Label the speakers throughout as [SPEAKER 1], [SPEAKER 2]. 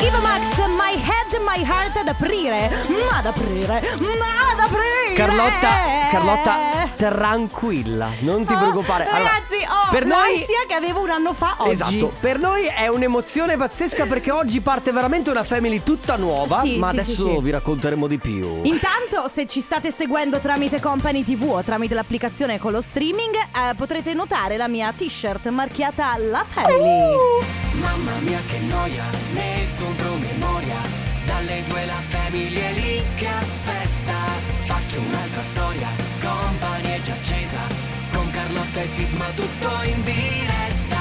[SPEAKER 1] Iva Max, My Head, My Heart ad aprire, ma ad aprire, ma ad aprire.
[SPEAKER 2] Carlotta, Carlotta, tranquilla, non ti
[SPEAKER 1] Eh. Oh,
[SPEAKER 2] preoccupare. Allora,
[SPEAKER 1] ragazzi, ho
[SPEAKER 2] per noi
[SPEAKER 1] l'ansia che avevo un anno fa oggi.
[SPEAKER 2] Esatto, per noi è un'emozione pazzesca perché oggi parte veramente una family tutta nuova,
[SPEAKER 1] Sì,
[SPEAKER 2] ma
[SPEAKER 1] sì, sì,
[SPEAKER 2] adesso
[SPEAKER 1] sì.
[SPEAKER 2] vi racconteremo di più.
[SPEAKER 1] Intanto, se ci state seguendo tramite Company TV o tramite l'applicazione con lo streaming, eh, potrete notare la mia t-shirt marchiata La Family.
[SPEAKER 2] Uh!
[SPEAKER 3] Mamma mia che noia, metto un promemoria Dalle due la famiglia è lì che aspetta Faccio un'altra storia, company è già accesa Con Carlotta e Sisma tutto in diretta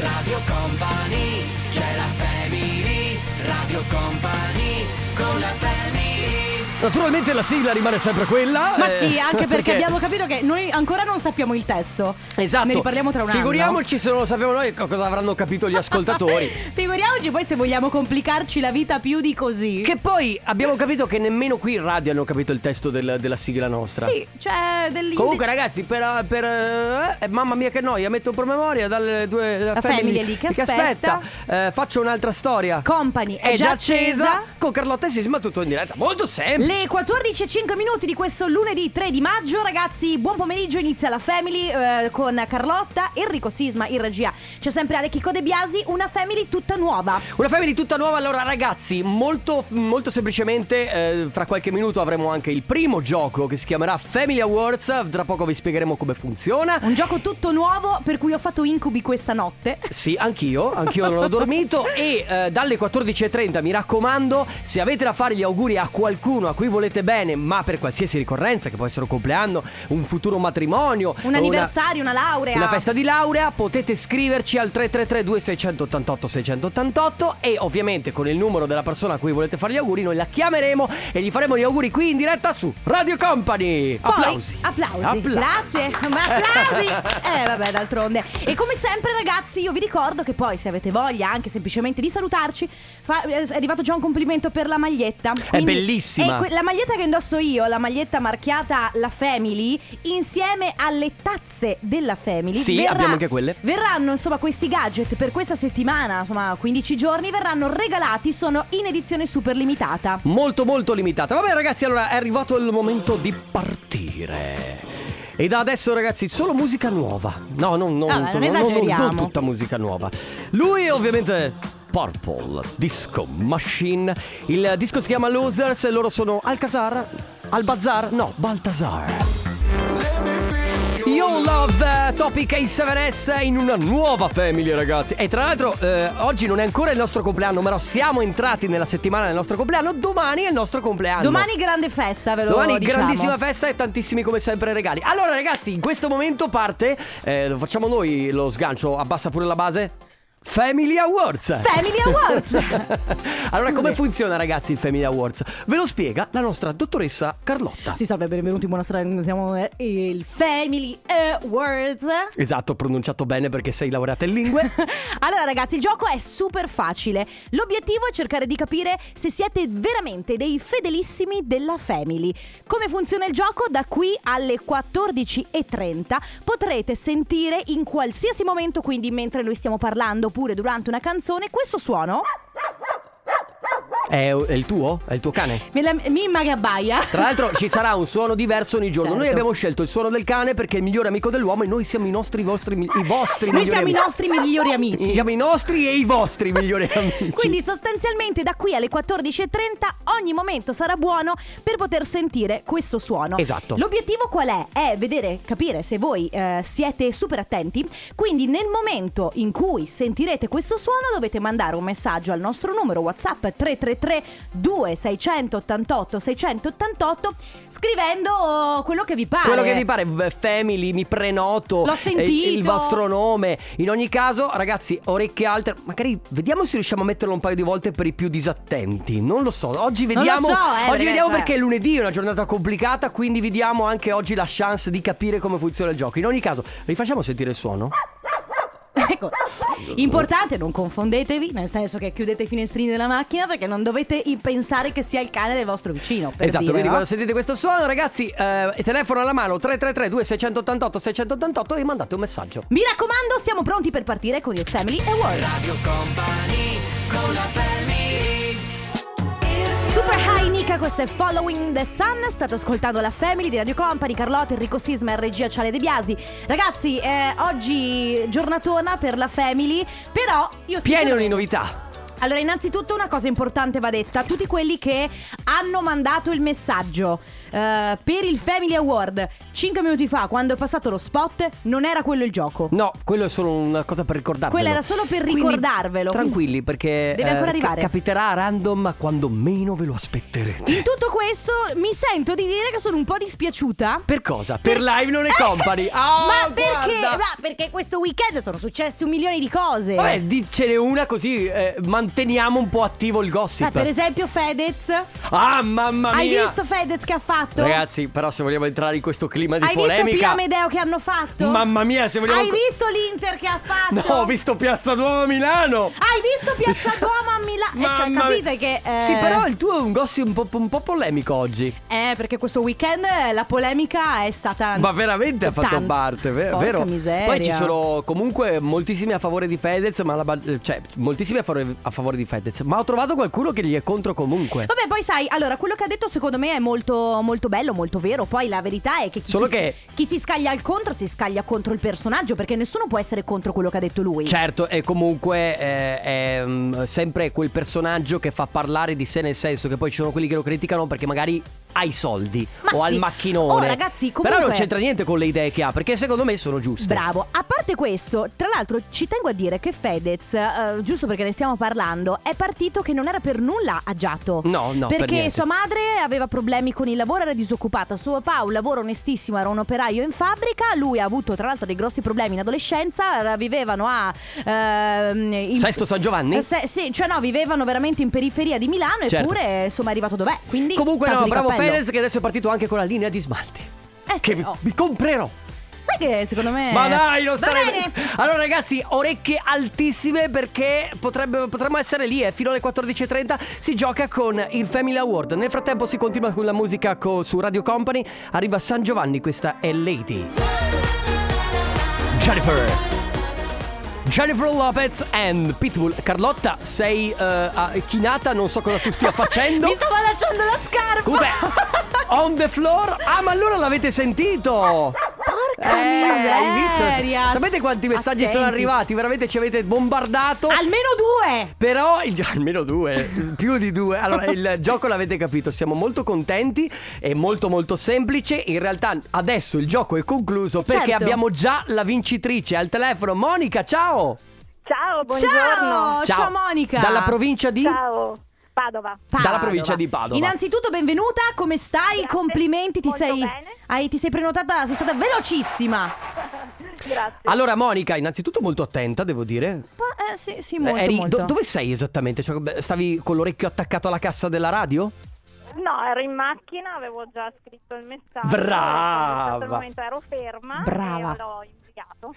[SPEAKER 3] Radio Company, c'è la family Radio Company, con la family
[SPEAKER 2] Naturalmente la sigla rimane sempre quella.
[SPEAKER 1] Ma
[SPEAKER 2] eh,
[SPEAKER 1] sì, anche perché, abbiamo capito che noi ancora non sappiamo il testo.
[SPEAKER 2] Esatto.
[SPEAKER 1] Ne riparliamo tra un anno.
[SPEAKER 2] Figuriamoci se non lo sappiamo noi co- cosa avranno capito gli ascoltatori.
[SPEAKER 1] Figuriamoci poi se vogliamo complicarci la vita più di così.
[SPEAKER 2] che poi abbiamo capito che nemmeno qui in radio hanno capito il testo del- della sigla nostra.
[SPEAKER 1] Sì, cioè dell'indi-
[SPEAKER 2] Comunque ragazzi, per, per, eh, mamma mia che noia, metto un promemoria dalle due la
[SPEAKER 1] La family è lì che aspetta.
[SPEAKER 2] Eh, faccio un'altra storia.
[SPEAKER 1] Company è già accesa.
[SPEAKER 2] con Carlotta e Sisma tutto in diretta. Molto semplice.
[SPEAKER 1] Le 14.05 minuti di questo lunedì 3 di maggio, ragazzi, buon pomeriggio, inizia la Family eh, con Carlotta, Enrico Sisma in regia. C'è sempre Ale Chico De Biasi, una Family tutta nuova.
[SPEAKER 2] Una family tutta nuova, allora ragazzi, molto, molto semplicemente, eh, fra qualche minuto avremo anche il primo gioco che si chiamerà Family Awards, tra poco vi spiegheremo come funziona.
[SPEAKER 1] Un gioco tutto nuovo per cui ho fatto incubi questa notte.
[SPEAKER 2] Sì, anch'io, anch'io non ho dormito e eh, dalle 14.30 mi raccomando, se avete da fare gli auguri a qualcuno a cui volete bene, ma per qualsiasi ricorrenza, che può essere un compleanno, un futuro matrimonio,
[SPEAKER 1] Un
[SPEAKER 2] una-
[SPEAKER 1] anniversario, ah. una laurea.
[SPEAKER 2] Una festa di laurea, potete scriverci al 333 2688 688 e ovviamente con il numero della persona a cui volete fare gli auguri noi la chiameremo e gli faremo gli auguri qui in diretta su Radio Company.
[SPEAKER 1] Poi-
[SPEAKER 2] applausi.
[SPEAKER 1] applausi.
[SPEAKER 2] Appla-
[SPEAKER 1] Grazie. Ma applausi. eh, vabbè, d'altronde. E come sempre, ragazzi, io vi ricordo che poi, se avete voglia anche semplicemente di salutarci, fa- eh, è arrivato già un complimento per la maglietta. Quindi-
[SPEAKER 2] bellissima.
[SPEAKER 1] è que- la maglietta che indosso io, la maglietta marchiata La Family, insieme alle tazze della Family.
[SPEAKER 2] Sì, abbiamo anche quelle.
[SPEAKER 1] Verranno, insomma, questi gadget per questa settimana, insomma, 15 giorni, verranno regalati. Sono in edizione super limitata.
[SPEAKER 2] Molto molto limitata. Vabbè ragazzi, allora è arrivato il momento di partire. E da adesso ragazzi solo musica nuova. No, no, no,
[SPEAKER 1] Vabbè, non
[SPEAKER 2] no, no, no,
[SPEAKER 1] esageriamo.
[SPEAKER 2] non tutta musica nuova. Lui è ovviamente Purple Disco Machine. Il disco si chiama Losers e loro sono Alcazar, Albazar, no, Baltasar. Yo Love eh, Topic e 7S in una nuova family ragazzi E tra l'altro eh, oggi non è ancora il nostro compleanno Ma no, siamo entrati nella settimana del nostro compleanno Domani è il nostro compleanno
[SPEAKER 1] Domani grande festa, ve lo
[SPEAKER 2] Domani
[SPEAKER 1] diciamo.
[SPEAKER 2] grandissima festa e tantissimi come sempre regali Allora ragazzi in questo momento parte eh, Lo facciamo noi lo sgancio Abbassa pure la base Family Awards
[SPEAKER 1] Family Awards.
[SPEAKER 2] Allora come funziona ragazzi il Family Awards? Ve lo spiega la nostra dottoressa Carlotta
[SPEAKER 1] Sì, salve, benvenuti, buonasera. Siamo eh, il Family Awards.
[SPEAKER 2] Esatto, pronunciato bene perché sei laureata in lingue
[SPEAKER 1] Allora, ragazzi, il gioco è super facile. L'obiettivo è cercare di capire se siete veramente dei fedelissimi della Family. Come funziona il gioco? Da qui alle 14.30 potrete sentire in qualsiasi momento, quindi mentre noi stiamo parlando oppure durante una canzone, questo suono.
[SPEAKER 2] È, è il tuo? È il tuo cane?
[SPEAKER 1] Me la- Mimma che abbaia.
[SPEAKER 2] Tra l'altro ci sarà un suono diverso ogni giorno. Noi
[SPEAKER 1] Certo.
[SPEAKER 2] abbiamo scelto il suono del cane perché è il migliore amico dell'uomo e noi siamo i nostri, i vostri, mi- i vostri
[SPEAKER 1] Noi
[SPEAKER 2] migliori
[SPEAKER 1] siamo i
[SPEAKER 2] amici.
[SPEAKER 1] nostri migliori amici.
[SPEAKER 2] Siamo i nostri e i vostri migliori amici.
[SPEAKER 1] Quindi sostanzialmente da qui alle 14.30 ogni momento sarà buono per poter sentire questo suono.
[SPEAKER 2] Esatto.
[SPEAKER 1] L'obiettivo qual è? È vedere, capire se voi eh, siete super attenti. Quindi nel momento in cui sentirete questo suono dovete mandare un messaggio al nostro numero WhatsApp 333 2688 688 scrivendo quello che vi pare.
[SPEAKER 2] Quello che vi pare, v- family, mi prenoto.
[SPEAKER 1] L'ho
[SPEAKER 2] eh,
[SPEAKER 1] sentito.
[SPEAKER 2] Il vostro nome. In ogni caso, ragazzi, orecchie alte. Magari vediamo se riusciamo a metterlo un paio di volte per i più disattenti. Non lo so. Oggi
[SPEAKER 1] lo so,
[SPEAKER 2] vediamo.
[SPEAKER 1] eh,
[SPEAKER 2] oggi
[SPEAKER 1] perché,
[SPEAKER 2] vediamo
[SPEAKER 1] cioè-
[SPEAKER 2] perché è lunedì, è una giornata complicata. Quindi vi diamo anche oggi la chance di capire come funziona il gioco. In ogni caso, rifacciamo sentire il suono.
[SPEAKER 1] Ah, Ecco, importante, non confondetevi, nel senso che chiudete i finestrini della macchina perché non dovete i- pensare che sia il cane del vostro vicino. Per
[SPEAKER 2] esatto,
[SPEAKER 1] dire,
[SPEAKER 2] quindi
[SPEAKER 1] no?
[SPEAKER 2] quando sentite questo suono, ragazzi, eh, telefono alla mano 333 2688 688 e mandate un messaggio.
[SPEAKER 1] Mi raccomando, siamo pronti per partire con il Family Award.
[SPEAKER 3] Radio Company, con la family
[SPEAKER 1] questo è Following the Sun. State ascoltando la Family di Radio Company, Carlotta, Enrico Sisma e regia Ciale De Biasi. Ragazzi, eh, oggi giornatona per la Family, però io
[SPEAKER 2] Pieno di
[SPEAKER 1] sinceramente-
[SPEAKER 2] novità.
[SPEAKER 1] Allora, innanzitutto una cosa importante va detta: tutti quelli che hanno mandato il messaggio eh, per il Family Award 5 minuti fa, quando è passato lo spot, non era quello il gioco.
[SPEAKER 2] No, quello è solo una cosa per ricordarvelo.
[SPEAKER 1] Quella era solo per
[SPEAKER 2] Quindi,
[SPEAKER 1] ricordarvelo.
[SPEAKER 2] tranquilli, perché eh,
[SPEAKER 1] Deve ancora
[SPEAKER 2] ca-
[SPEAKER 1] arrivare.
[SPEAKER 2] capiterà a random ma quando meno ve lo aspetterete.
[SPEAKER 1] In tutto questo mi sento di dire che sono un po' dispiaciuta. Eh,
[SPEAKER 2] Per cosa? Per, Live Non è Company. Ah,
[SPEAKER 1] Ma perché?
[SPEAKER 2] guarda.
[SPEAKER 1] Ma perché questo weekend sono successe un milione di cose.
[SPEAKER 2] Vabbè, dicene una così eh, manteniamo un po' attivo il gossip.
[SPEAKER 1] Eh, per esempio Fedez.
[SPEAKER 2] ah, mamma mia.
[SPEAKER 1] Hai visto Fedez che ha fatto?
[SPEAKER 2] Ragazzi, però se vogliamo entrare in questo clima di
[SPEAKER 1] Hai visto
[SPEAKER 2] polemica.
[SPEAKER 1] Piamedeo che hanno fatto?
[SPEAKER 2] Mamma mia, se vogliamo
[SPEAKER 1] Hai visto l'Inter che ha fatto?
[SPEAKER 2] No, ho visto Piazza Duomo a Milano.
[SPEAKER 1] Hai visto Piazza Duomo a Milano? Eh, cioè,
[SPEAKER 2] Mamma
[SPEAKER 1] capite
[SPEAKER 2] mia.
[SPEAKER 1] che... eh,
[SPEAKER 2] Sì, però il tuo è un gossip un po', un po' polemico oggi.
[SPEAKER 1] Eh, perché questo weekend eh, la polemica è stata...
[SPEAKER 2] Ma veramente ha fatto
[SPEAKER 1] Tanto.
[SPEAKER 2] parte, ve-
[SPEAKER 1] Porca
[SPEAKER 2] vero?
[SPEAKER 1] miseria.
[SPEAKER 2] Poi ci sono comunque moltissimi a favore di Fedez, ma la, ba- cioè moltissimi a favore, a favore di Fedez, ma ho trovato qualcuno che gli è contro comunque.
[SPEAKER 1] Vabbè, poi sai, allora, quello che ha detto secondo me è molto, molto bello, molto vero. Poi la verità è che chi,
[SPEAKER 2] Solo
[SPEAKER 1] si,
[SPEAKER 2] che-
[SPEAKER 1] chi si scaglia al contro si scaglia contro il personaggio, perché nessuno può essere contro quello che ha detto lui.
[SPEAKER 2] Certo, e comunque eh, è mm, sempre quel personaggio che fa parlare di sé nel senso che poi ci sono quelli che lo criticano perché magari ha i soldi
[SPEAKER 1] Ma
[SPEAKER 2] o ha
[SPEAKER 1] sì.
[SPEAKER 2] il macchinone.
[SPEAKER 1] Oh, ragazzi, comunque-
[SPEAKER 2] Però non c'entra niente con le idee che ha, perché secondo me sono giuste.
[SPEAKER 1] Bravo, a parte questo, tra l'altro ci tengo a dire che Fedez, eh, giusto perché ne stiamo parlando, è partito che non era per nulla agiato.
[SPEAKER 2] No, no, per
[SPEAKER 1] Perché
[SPEAKER 2] niente.
[SPEAKER 1] sua madre aveva problemi con il lavoro, era disoccupata, suo papà ha un lavoro onestissimo, era un operaio in fabbrica, lui ha avuto tra l'altro dei grossi problemi in adolescenza, eh, vivevano a... ehm, in-
[SPEAKER 2] Sesto San Giovanni?
[SPEAKER 1] Eh, se- sì, cioè no, vivevano veramente in periferia di Milano
[SPEAKER 2] Certo.
[SPEAKER 1] eppure insomma è arrivato dov'è, quindi...
[SPEAKER 2] Comunque
[SPEAKER 1] tanto
[SPEAKER 2] no,
[SPEAKER 1] di
[SPEAKER 2] bravo
[SPEAKER 1] cappello.
[SPEAKER 2] Fedez che adesso è partito anche con la linea di smalti.
[SPEAKER 1] Eh sì,
[SPEAKER 2] che mi-
[SPEAKER 1] oh.
[SPEAKER 2] mi comprerò.
[SPEAKER 1] Sai che secondo me...
[SPEAKER 2] Ma dai, non
[SPEAKER 1] Eh, Va
[SPEAKER 2] stare
[SPEAKER 1] bene!
[SPEAKER 2] Allora ragazzi, orecchie altissime perché potrebbe- potremmo essere lì e fino alle 14.30 si gioca con il Family Award. Nel frattempo si continua con la musica co- su Radio Company. Arriva San Giovanni, questa è Lady. Jennifer. Jennifer Lopez and Pitbull. Carlotta, sei eh, ah, chinata, non so cosa tu stia facendo.
[SPEAKER 1] Mi stavo allacciando la scarpa!
[SPEAKER 2] Comunque, on the floor. Ah, ma allora l'avete sentito?
[SPEAKER 1] Porca
[SPEAKER 2] hai Eh, visto?
[SPEAKER 1] miseria!
[SPEAKER 2] Sapete quanti messaggi sono
[SPEAKER 1] Attenti.
[SPEAKER 2] arrivati? Veramente ci avete bombardato.
[SPEAKER 1] Almeno due!
[SPEAKER 2] Però il gio- almeno due, più di due. Allora, il gioco l'avete capito, siamo molto contenti, è molto molto semplice. In realtà adesso il gioco è concluso perché
[SPEAKER 1] Certo.
[SPEAKER 2] abbiamo già la vincitrice al telefono. Monica, ciao!
[SPEAKER 4] Ciao, buongiorno.
[SPEAKER 1] Oh, Ciao, Monica!
[SPEAKER 2] Dalla provincia di
[SPEAKER 4] Ciao. Padova.
[SPEAKER 2] Dalla provincia di Padova.
[SPEAKER 1] Innanzitutto benvenuta, come stai?
[SPEAKER 4] Grazie,
[SPEAKER 1] Complimenti, ti
[SPEAKER 4] molto
[SPEAKER 1] sei,
[SPEAKER 4] bene.
[SPEAKER 1] hai- ti sei prenotata, sei stata velocissima.
[SPEAKER 4] Grazie.
[SPEAKER 2] Allora Monica, innanzitutto molto attenta, devo dire.
[SPEAKER 1] Ma, eh, sì, sì, molto,
[SPEAKER 2] Eh, eri-
[SPEAKER 1] molto.
[SPEAKER 2] do- dove sei esattamente? Cioè, beh, stavi con l'orecchio attaccato alla cassa della radio?
[SPEAKER 4] No, ero in macchina, avevo già scritto il messaggio.
[SPEAKER 2] Brava.
[SPEAKER 4] In questo momento ero ferma.
[SPEAKER 1] Brava.
[SPEAKER 4] E l'ho inviato.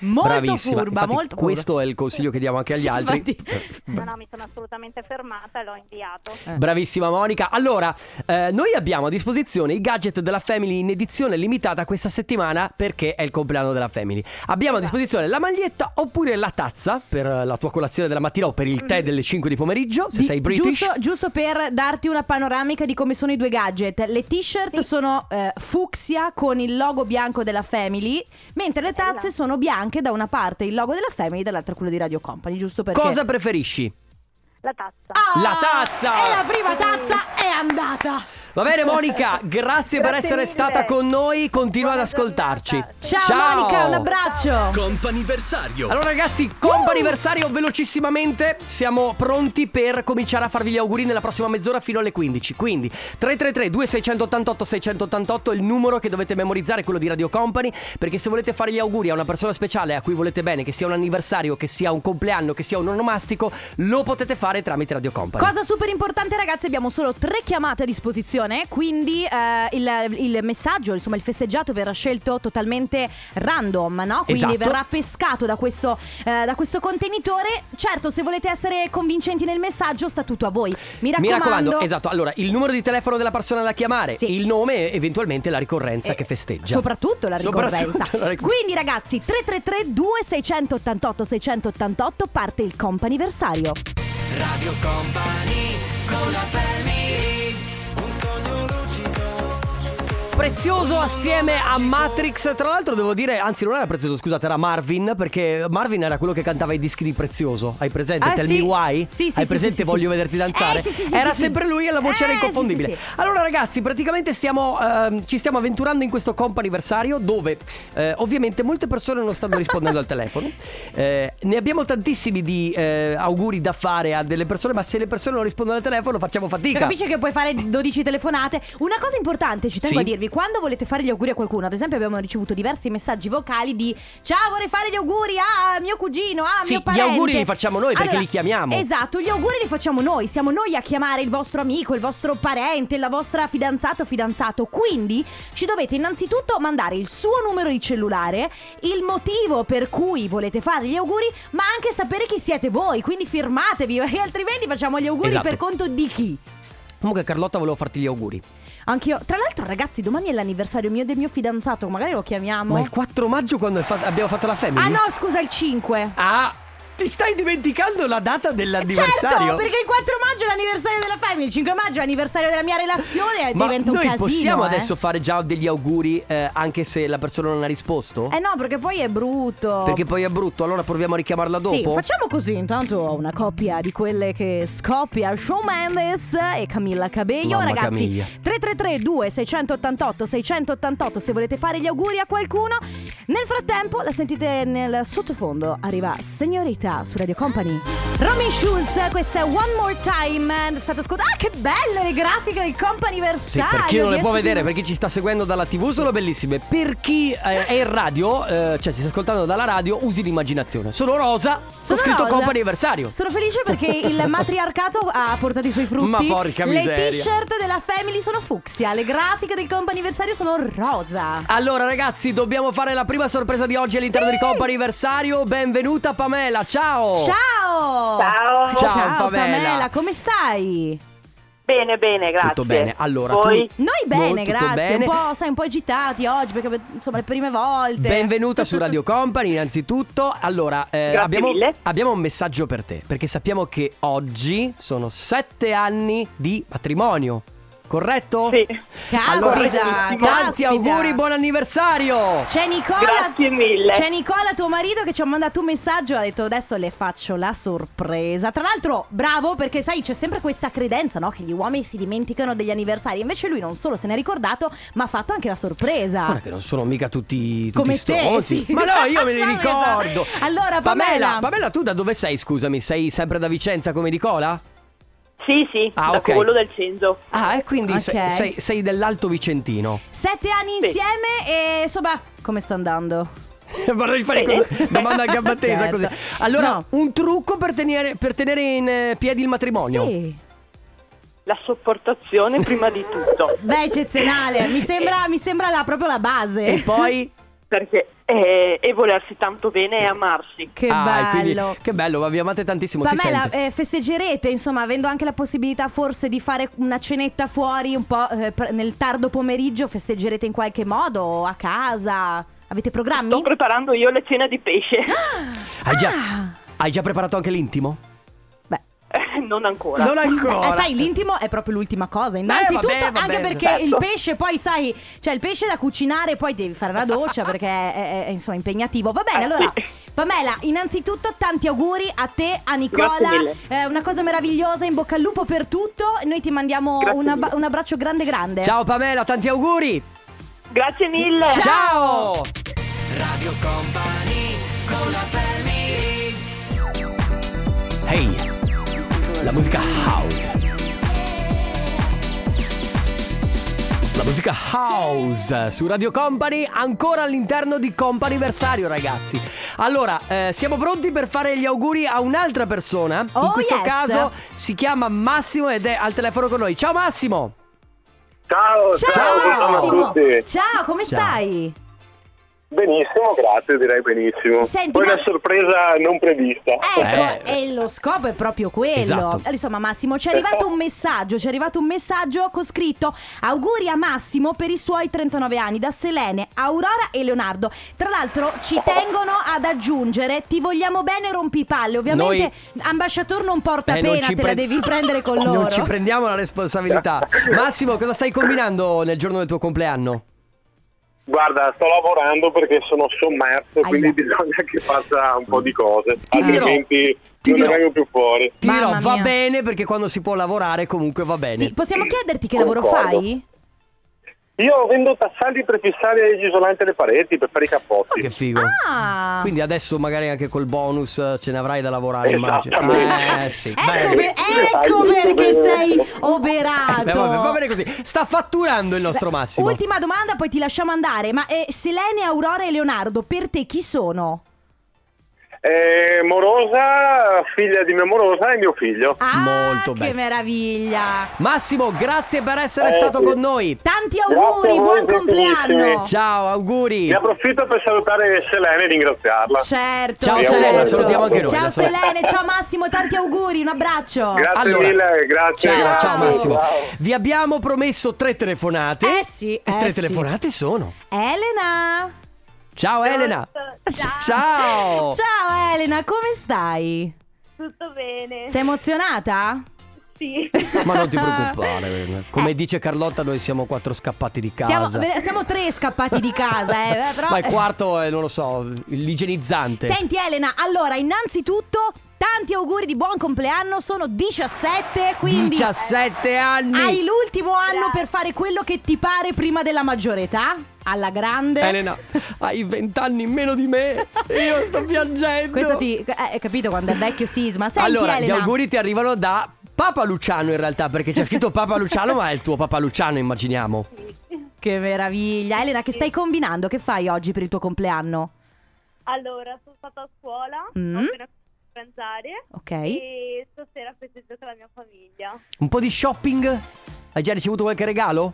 [SPEAKER 1] Molto
[SPEAKER 2] Bravissima.
[SPEAKER 1] furba,
[SPEAKER 2] Infatti,
[SPEAKER 1] molto furba.
[SPEAKER 2] Questo è il consiglio che diamo anche agli
[SPEAKER 1] Sì,
[SPEAKER 2] altri.
[SPEAKER 1] infatti.
[SPEAKER 4] No, no, mi sono assolutamente fermata e l'ho inviato.
[SPEAKER 1] Eh.
[SPEAKER 2] Bravissima Monica. Allora, eh, noi abbiamo a disposizione i gadget della Family in edizione limitata questa settimana perché è il compleanno della Family. Abbiamo a
[SPEAKER 1] Esatto.
[SPEAKER 2] disposizione la maglietta oppure la tazza per la tua colazione della mattina o per il tè delle 5 di pomeriggio, Eh, se
[SPEAKER 1] Mm. Di-
[SPEAKER 2] sei British.
[SPEAKER 1] Giusto, giusto per darti una panoramica di come sono i due gadget. Le t-shirt sono eh, fucsia con il logo bianco della Family, mentre le tazze sono bianche da una parte il logo della Family, dall'altra quello di Radio Company, giusto perché
[SPEAKER 2] Cosa preferisci?
[SPEAKER 4] La tazza.
[SPEAKER 1] Ah,
[SPEAKER 2] La tazza!
[SPEAKER 1] E la prima tazza è andata.
[SPEAKER 2] Va bene Monica, grazie, per
[SPEAKER 4] Grazie
[SPEAKER 2] essere
[SPEAKER 4] mille.
[SPEAKER 2] stata con noi, continua
[SPEAKER 4] Buona
[SPEAKER 2] ad ascoltarci.
[SPEAKER 4] giornata.
[SPEAKER 1] Ciao, Monica, un abbraccio.
[SPEAKER 5] Comp'anniversario.
[SPEAKER 2] Allora ragazzi, comp'anniversario velocissimamente, siamo pronti per cominciare a farvi gli auguri nella prossima mezz'ora fino alle 15. Quindi 333 2688 688 è il numero che dovete memorizzare, quello di Radio Company, perché se volete fare gli auguri a una persona speciale a cui volete bene, che sia un anniversario, che sia un compleanno, che sia un onomastico, lo potete fare tramite Radio Company.
[SPEAKER 1] Cosa super importante ragazzi, abbiamo solo tre chiamate a disposizione, quindi eh, il, il messaggio, insomma il festeggiato verrà scelto totalmente random, no? Quindi
[SPEAKER 2] Esatto.
[SPEAKER 1] verrà pescato da questo, eh, da questo contenitore. Certo, se volete essere convincenti nel messaggio sta tutto a voi. Mi
[SPEAKER 2] Mi
[SPEAKER 1] raccomando.
[SPEAKER 2] raccomando, esatto. Allora, il numero di telefono della persona da chiamare,
[SPEAKER 1] Sì.
[SPEAKER 2] il nome e eventualmente la ricorrenza
[SPEAKER 1] Eh,
[SPEAKER 2] che festeggia.
[SPEAKER 1] Soprattutto la ricorrenza.
[SPEAKER 2] Soprattutto la ricorrenza.
[SPEAKER 1] Quindi ragazzi, 333 2688 688 parte il comp'anniversario.
[SPEAKER 3] Radio Company con la family Un sogno
[SPEAKER 2] Prezioso assieme a Matrix. Tra l'altro devo dire, anzi non era prezioso, scusate, era Marvin, perché Marvin era quello che cantava i dischi di Prezioso. Hai presente?
[SPEAKER 1] Ah,
[SPEAKER 2] Tell
[SPEAKER 1] sì.
[SPEAKER 2] me why?
[SPEAKER 1] Sì, sì,
[SPEAKER 2] Hai
[SPEAKER 1] sì,
[SPEAKER 2] presente
[SPEAKER 1] sì, sì,
[SPEAKER 2] Voglio
[SPEAKER 1] sì.
[SPEAKER 2] vederti danzare?
[SPEAKER 1] Eh, sì, sì, sì,
[SPEAKER 2] era
[SPEAKER 1] sì, sì.
[SPEAKER 2] sempre lui e la voce
[SPEAKER 1] Eh,
[SPEAKER 2] era
[SPEAKER 1] sì, sì,
[SPEAKER 2] inconfondibile.
[SPEAKER 1] sì.
[SPEAKER 2] Allora ragazzi, praticamente stiamo, ehm, ci stiamo avventurando in questo comp anniversario dove eh, ovviamente molte persone non stanno rispondendo al telefono. Eh, ne abbiamo tantissimi di eh, auguri da fare a delle persone, ma se le persone non rispondono al telefono facciamo fatica.
[SPEAKER 1] Capisci che puoi fare 12 telefonate. Una cosa importante, ci tengo
[SPEAKER 2] Sì.
[SPEAKER 1] a dirvi, quando volete fare gli auguri a qualcuno, ad esempio abbiamo ricevuto diversi messaggi vocali di ciao, vorrei fare gli auguri a mio cugino, a
[SPEAKER 2] Sì,
[SPEAKER 1] mio
[SPEAKER 2] gli
[SPEAKER 1] parente.
[SPEAKER 2] auguri li facciamo noi perché
[SPEAKER 1] Allora,
[SPEAKER 2] li chiamiamo.
[SPEAKER 1] Esatto, gli auguri li facciamo noi, siamo noi a chiamare il vostro amico, il vostro parente, la vostra fidanzata o fidanzato. Quindi ci dovete innanzitutto mandare il suo numero di cellulare, il motivo per cui volete fare gli auguri, ma anche sapere chi siete voi, quindi firmatevi, perché altrimenti facciamo gli auguri
[SPEAKER 2] Esatto.
[SPEAKER 1] per conto di chi?
[SPEAKER 2] Comunque Carlotta volevo farti gli auguri.
[SPEAKER 1] Anch'io. Tra l'altro, ragazzi, domani è l'anniversario mio e del mio fidanzato. Magari lo chiamiamo.
[SPEAKER 2] Ma il 4 maggio quando è fa- abbiamo fatto la family?
[SPEAKER 1] Ah, no, scusa, il 5.
[SPEAKER 2] Ah, ti stai dimenticando la data dell'anniversario?
[SPEAKER 1] Certo, perché il 4 maggio è l'anniversario della famiglia, il 5 maggio è l'anniversario della mia relazione e
[SPEAKER 2] Ma
[SPEAKER 1] diventa un
[SPEAKER 2] noi
[SPEAKER 1] casino.
[SPEAKER 2] possiamo
[SPEAKER 1] eh.
[SPEAKER 2] adesso fare già degli auguri eh, anche se la persona non ha risposto?
[SPEAKER 1] Eh no, perché poi è brutto.
[SPEAKER 2] Perché poi è brutto, allora proviamo a richiamarla dopo?
[SPEAKER 1] Sì, facciamo così. Intanto ho una coppia di quelle che scoppia Shawn Mendes e Camilla Cabello.
[SPEAKER 2] Mamma
[SPEAKER 1] Ragazzi,
[SPEAKER 2] Camilla.
[SPEAKER 1] 333 2688 688 se volete fare gli auguri a qualcuno. Nel frattempo la sentite nel sottofondo. Arriva Signorita su Radio Company. Romy Schulz, questa è One More Time. State ascoltando. Ah, che belle le grafiche del
[SPEAKER 2] Sì,
[SPEAKER 1] comp'anniversario.
[SPEAKER 2] per chi non le può
[SPEAKER 1] Dietro-
[SPEAKER 2] vedere, per chi ci sta seguendo dalla TV sono bellissime. Per chi eh, è in radio, eh, cioè ci sta ascoltando dalla radio, usi l'immaginazione. Sono rosa,
[SPEAKER 1] Sono
[SPEAKER 2] ho scritto
[SPEAKER 1] rosa.
[SPEAKER 2] compa anniversario.
[SPEAKER 1] Sono felice perché il matriarcato ha portato i suoi frutti.
[SPEAKER 2] Ma porca
[SPEAKER 1] Le
[SPEAKER 2] miseria.
[SPEAKER 1] t-shirt della Family sono fucsia, le grafiche del comp'anniversario sono rosa.
[SPEAKER 2] Allora ragazzi, dobbiamo fare la prima sorpresa di oggi all'interno
[SPEAKER 1] Sì.
[SPEAKER 2] di Compa Anniversario. Benvenuta Pamela, ciao!
[SPEAKER 1] oh. Ciao!
[SPEAKER 5] Ciao.
[SPEAKER 2] Oh. Ciao,
[SPEAKER 1] Pamela.
[SPEAKER 2] Pamela.
[SPEAKER 1] come stai?
[SPEAKER 5] Bene, bene, grazie.
[SPEAKER 2] Tutto bene. Allora,
[SPEAKER 5] Voi?
[SPEAKER 2] tu-
[SPEAKER 1] Noi bene,
[SPEAKER 2] Molto, tutto
[SPEAKER 1] grazie.
[SPEAKER 2] bene.
[SPEAKER 1] Un po', sai, un po' agitati oggi perché insomma le prime volte.
[SPEAKER 2] Benvenuta su Radio Company innanzitutto. Allora, eh,
[SPEAKER 5] Grazie
[SPEAKER 2] abbiamo,
[SPEAKER 5] mille.
[SPEAKER 2] abbiamo un messaggio per te, perché sappiamo che oggi sono sette anni di matrimonio, corretto?
[SPEAKER 5] Sì.
[SPEAKER 1] Caspita,
[SPEAKER 5] Allora,
[SPEAKER 2] Tanti
[SPEAKER 1] caspita.
[SPEAKER 2] auguri, buon anniversario!
[SPEAKER 1] C'è Nicola.
[SPEAKER 5] Grazie mille.
[SPEAKER 1] C'è Nicola, tuo marito, che ci ha mandato un messaggio. Ha detto adesso le faccio la sorpresa. Tra l'altro, bravo, perché sai, c'è sempre questa credenza, no? Che gli uomini si dimenticano degli anniversari. Invece lui non solo se n'è ricordato, ma ha fatto anche la sorpresa.
[SPEAKER 2] Guarda Ah, che non sono mica tutti, tutti
[SPEAKER 1] Come te,
[SPEAKER 2] stronzi.
[SPEAKER 1] sì.
[SPEAKER 2] Ma no, io me li
[SPEAKER 1] No,
[SPEAKER 2] ricordo.
[SPEAKER 1] esatto. Allora, Pamela.
[SPEAKER 2] Pamela, tu da dove sei, scusami? Sei sempre da Vicenza come Nicola?
[SPEAKER 5] Sì, sì,
[SPEAKER 2] Ah,
[SPEAKER 5] da
[SPEAKER 2] ok.
[SPEAKER 5] quello del Censo.
[SPEAKER 2] Ah, e quindi se-
[SPEAKER 1] Ok.
[SPEAKER 2] sei, sei dell'Alto Vicentino.
[SPEAKER 1] Sette anni
[SPEAKER 5] Sì.
[SPEAKER 1] insieme e insomma, come sta andando?
[SPEAKER 2] Vorrei fare
[SPEAKER 5] Bene.
[SPEAKER 2] cos- domanda a gamba tesa
[SPEAKER 1] Certo.
[SPEAKER 2] così. Allora,
[SPEAKER 1] No.
[SPEAKER 2] un trucco per tenere, per tenere in eh, piedi il matrimonio.
[SPEAKER 1] Sì.
[SPEAKER 5] La sopportazione prima di tutto.
[SPEAKER 1] Beh, eccezionale. Mi sembra, mi sembra la- proprio la base.
[SPEAKER 2] E poi
[SPEAKER 5] Perché eh, e volersi tanto bene e amarsi.
[SPEAKER 1] Che
[SPEAKER 2] Ah, e quindi-
[SPEAKER 1] bello.
[SPEAKER 2] che bello, ma vi amate tantissimo, si
[SPEAKER 1] Pamela,
[SPEAKER 2] sente.
[SPEAKER 1] eh, festeggerete, insomma, avendo anche la possibilità forse di fare una cenetta fuori un po' eh, pr- nel tardo pomeriggio, festeggerete in qualche modo o a casa? Avete programmi?
[SPEAKER 5] Sto preparando io le cene di pesce.
[SPEAKER 2] Hai già
[SPEAKER 1] Ah!
[SPEAKER 2] Hai già preparato anche l'intimo?
[SPEAKER 1] Beh,
[SPEAKER 5] Eh, non ancora.
[SPEAKER 2] Non ancora.
[SPEAKER 1] eh, sai, l'intimo è proprio l'ultima cosa. Innanzitutto,
[SPEAKER 2] vabbè, vabbè.
[SPEAKER 1] anche perché
[SPEAKER 5] Eh, Certo.
[SPEAKER 1] il pesce, poi sai, cioè il pesce da cucinare, poi devi fare la doccia perché è, è- è, insomma impegnativo. Va bene,
[SPEAKER 5] Eh,
[SPEAKER 1] allora,
[SPEAKER 5] sì.
[SPEAKER 1] Pamela, innanzitutto tanti auguri a te, a Nicola.
[SPEAKER 5] Grazie mille.
[SPEAKER 1] Eh, una cosa meravigliosa, in bocca al lupo per tutto. Noi ti mandiamo
[SPEAKER 5] Grazie
[SPEAKER 1] una-
[SPEAKER 5] mille.
[SPEAKER 1] un abbraccio grande, grande.
[SPEAKER 2] Ciao Pamela, tanti auguri.
[SPEAKER 5] Grazie mille.
[SPEAKER 2] Ciao. Radio Company con la Hey. La musica house. La musica house su Radio Company, ancora all'interno di Companiversario, ragazzi. Allora, eh, siamo pronti per fare gli auguri a un'altra persona.
[SPEAKER 1] Oh,
[SPEAKER 2] In questo
[SPEAKER 1] yes.
[SPEAKER 2] caso si chiama Massimo ed è al telefono con noi. Ciao Massimo!
[SPEAKER 6] Ciao,
[SPEAKER 1] Ciao,
[SPEAKER 6] ciao, buongiorno a
[SPEAKER 1] Massimo.
[SPEAKER 6] tutti.
[SPEAKER 1] Ciao, come
[SPEAKER 2] Ciao.
[SPEAKER 1] stai?
[SPEAKER 6] Benissimo, grazie, direi benissimo.
[SPEAKER 1] Senti,
[SPEAKER 6] Poi
[SPEAKER 1] ma-
[SPEAKER 6] una sorpresa non prevista.
[SPEAKER 1] Ecco,
[SPEAKER 2] Eh.
[SPEAKER 1] e lo scopo è proprio quello.
[SPEAKER 2] Esatto.
[SPEAKER 1] Allora, Insomma, Massimo, ci è arrivato un messaggio, ci è arrivato un messaggio con scritto auguri a Massimo per i suoi 39 anni da Selene, Aurora e Leonardo. Tra l'altro ci tengono ad aggiungere ti vogliamo bene rompipalle. Ovviamente ambasciatore non porta
[SPEAKER 2] Eh, non
[SPEAKER 1] pena,
[SPEAKER 2] ci
[SPEAKER 1] te la
[SPEAKER 2] pre-
[SPEAKER 1] devi prendere con loro.
[SPEAKER 2] Non ci prendiamo la responsabilità. Massimo, cosa stai combinando nel giorno del tuo compleanno?
[SPEAKER 6] Guarda, sto lavorando perché sono sommerso,
[SPEAKER 1] Aia.
[SPEAKER 6] quindi bisogna che faccia un po' di cose,
[SPEAKER 2] Ti dirò-
[SPEAKER 6] altrimenti
[SPEAKER 2] ti
[SPEAKER 6] non ne
[SPEAKER 2] dirò-
[SPEAKER 6] vengo più fuori.
[SPEAKER 2] Ti
[SPEAKER 1] Mamma
[SPEAKER 2] dirò, va
[SPEAKER 1] mia.
[SPEAKER 2] bene perché quando si può lavorare comunque va bene.
[SPEAKER 1] Sì, possiamo chiederti che
[SPEAKER 6] Concordo.
[SPEAKER 1] lavoro fai?
[SPEAKER 6] Io vendo tasselli per fissare gli isolanti alle pareti, per fare i cappotti.
[SPEAKER 2] Oh, Che figo.
[SPEAKER 1] Ah!
[SPEAKER 2] Quindi adesso magari anche col bonus eh, ce ne avrai da lavorare,
[SPEAKER 6] Esatto.
[SPEAKER 2] immagino.
[SPEAKER 6] Esattamente.
[SPEAKER 2] Eh sì.
[SPEAKER 1] ecco,
[SPEAKER 2] Bene.
[SPEAKER 1] per- ecco
[SPEAKER 6] Dai,
[SPEAKER 1] perché
[SPEAKER 6] dai.
[SPEAKER 1] sei
[SPEAKER 2] Eh,
[SPEAKER 1] oberato.
[SPEAKER 2] beh, vabbè, va bene così. Sta fatturando il nostro
[SPEAKER 1] Beh,
[SPEAKER 2] Massimo.
[SPEAKER 1] Ultima domanda, poi ti lasciamo andare. Ma eh, Selene, Aurora e Leonardo, per te chi sono?
[SPEAKER 6] Eh, morosa, figlia di mia morosa e mio figlio.
[SPEAKER 1] Ah,
[SPEAKER 2] Molto
[SPEAKER 1] che
[SPEAKER 2] bene.
[SPEAKER 1] meraviglia!
[SPEAKER 2] Massimo, grazie per essere
[SPEAKER 6] Eh,
[SPEAKER 2] stato
[SPEAKER 6] sì.
[SPEAKER 2] con noi.
[SPEAKER 1] Tanti
[SPEAKER 6] Grazie a
[SPEAKER 1] auguri,
[SPEAKER 6] voi,
[SPEAKER 1] buon
[SPEAKER 6] gentilissimi.
[SPEAKER 1] compleanno!
[SPEAKER 2] Ciao, auguri.
[SPEAKER 6] Ne approfitto per salutare Selene e ringraziarla.
[SPEAKER 1] Certo,
[SPEAKER 2] Ciao,
[SPEAKER 1] certo.
[SPEAKER 2] Selene, salutiamo anche noi,
[SPEAKER 1] Ciao
[SPEAKER 2] la Selene.
[SPEAKER 1] Selene, ciao Massimo, tanti auguri, un abbraccio.
[SPEAKER 6] Grazie
[SPEAKER 2] Allora.
[SPEAKER 6] mille, grazie.
[SPEAKER 1] Ciao.
[SPEAKER 2] Ciao, ciao, Massimo.
[SPEAKER 6] Ciao.
[SPEAKER 2] Vi abbiamo promesso tre telefonate.
[SPEAKER 1] Eh sì,
[SPEAKER 2] E tre
[SPEAKER 1] eh sì.
[SPEAKER 2] telefonate sono.
[SPEAKER 1] Elena!
[SPEAKER 2] Ciao Elena.
[SPEAKER 4] Ciao.
[SPEAKER 2] Ciao.
[SPEAKER 1] Ciao Elena, come stai?
[SPEAKER 4] Tutto bene.
[SPEAKER 1] Sei emozionata?
[SPEAKER 4] Sì.
[SPEAKER 2] Ma non ti preoccupare, come dice Carlotta, noi siamo quattro scappati di casa.
[SPEAKER 1] Eh, Siamo, ve- siamo tre scappati di casa, eh, eh, però...
[SPEAKER 2] Ma il quarto è, non lo so, l'igienizzante.
[SPEAKER 1] Senti Elena, allora innanzitutto tanti auguri di buon compleanno, sono 17, quindi eh,
[SPEAKER 2] 17 anni.
[SPEAKER 1] hai l'ultimo anno
[SPEAKER 4] Grazie.
[SPEAKER 1] per fare quello che ti pare prima della maggiore età, alla grande.
[SPEAKER 2] Elena, hai 20 anni in meno di me. E io sto piangendo.
[SPEAKER 1] Questo ti... eh, Hai capito quando è vecchio sisma? Senti
[SPEAKER 2] allora,
[SPEAKER 1] Elena.
[SPEAKER 2] gli auguri ti arrivano da Papa Luciano in realtà, perché c'è scritto Papa Luciano, ma è il tuo Papa Luciano, immaginiamo.
[SPEAKER 1] Che meraviglia. Elena, che stai combinando? Che fai oggi per il tuo compleanno?
[SPEAKER 4] Allora, sono stata a scuola,
[SPEAKER 1] Mm.
[SPEAKER 4] ho appena finito di pranzare
[SPEAKER 1] Ok.
[SPEAKER 4] e stasera festeggio con la mia famiglia.
[SPEAKER 2] Un po' di shopping? Hai già ricevuto qualche regalo?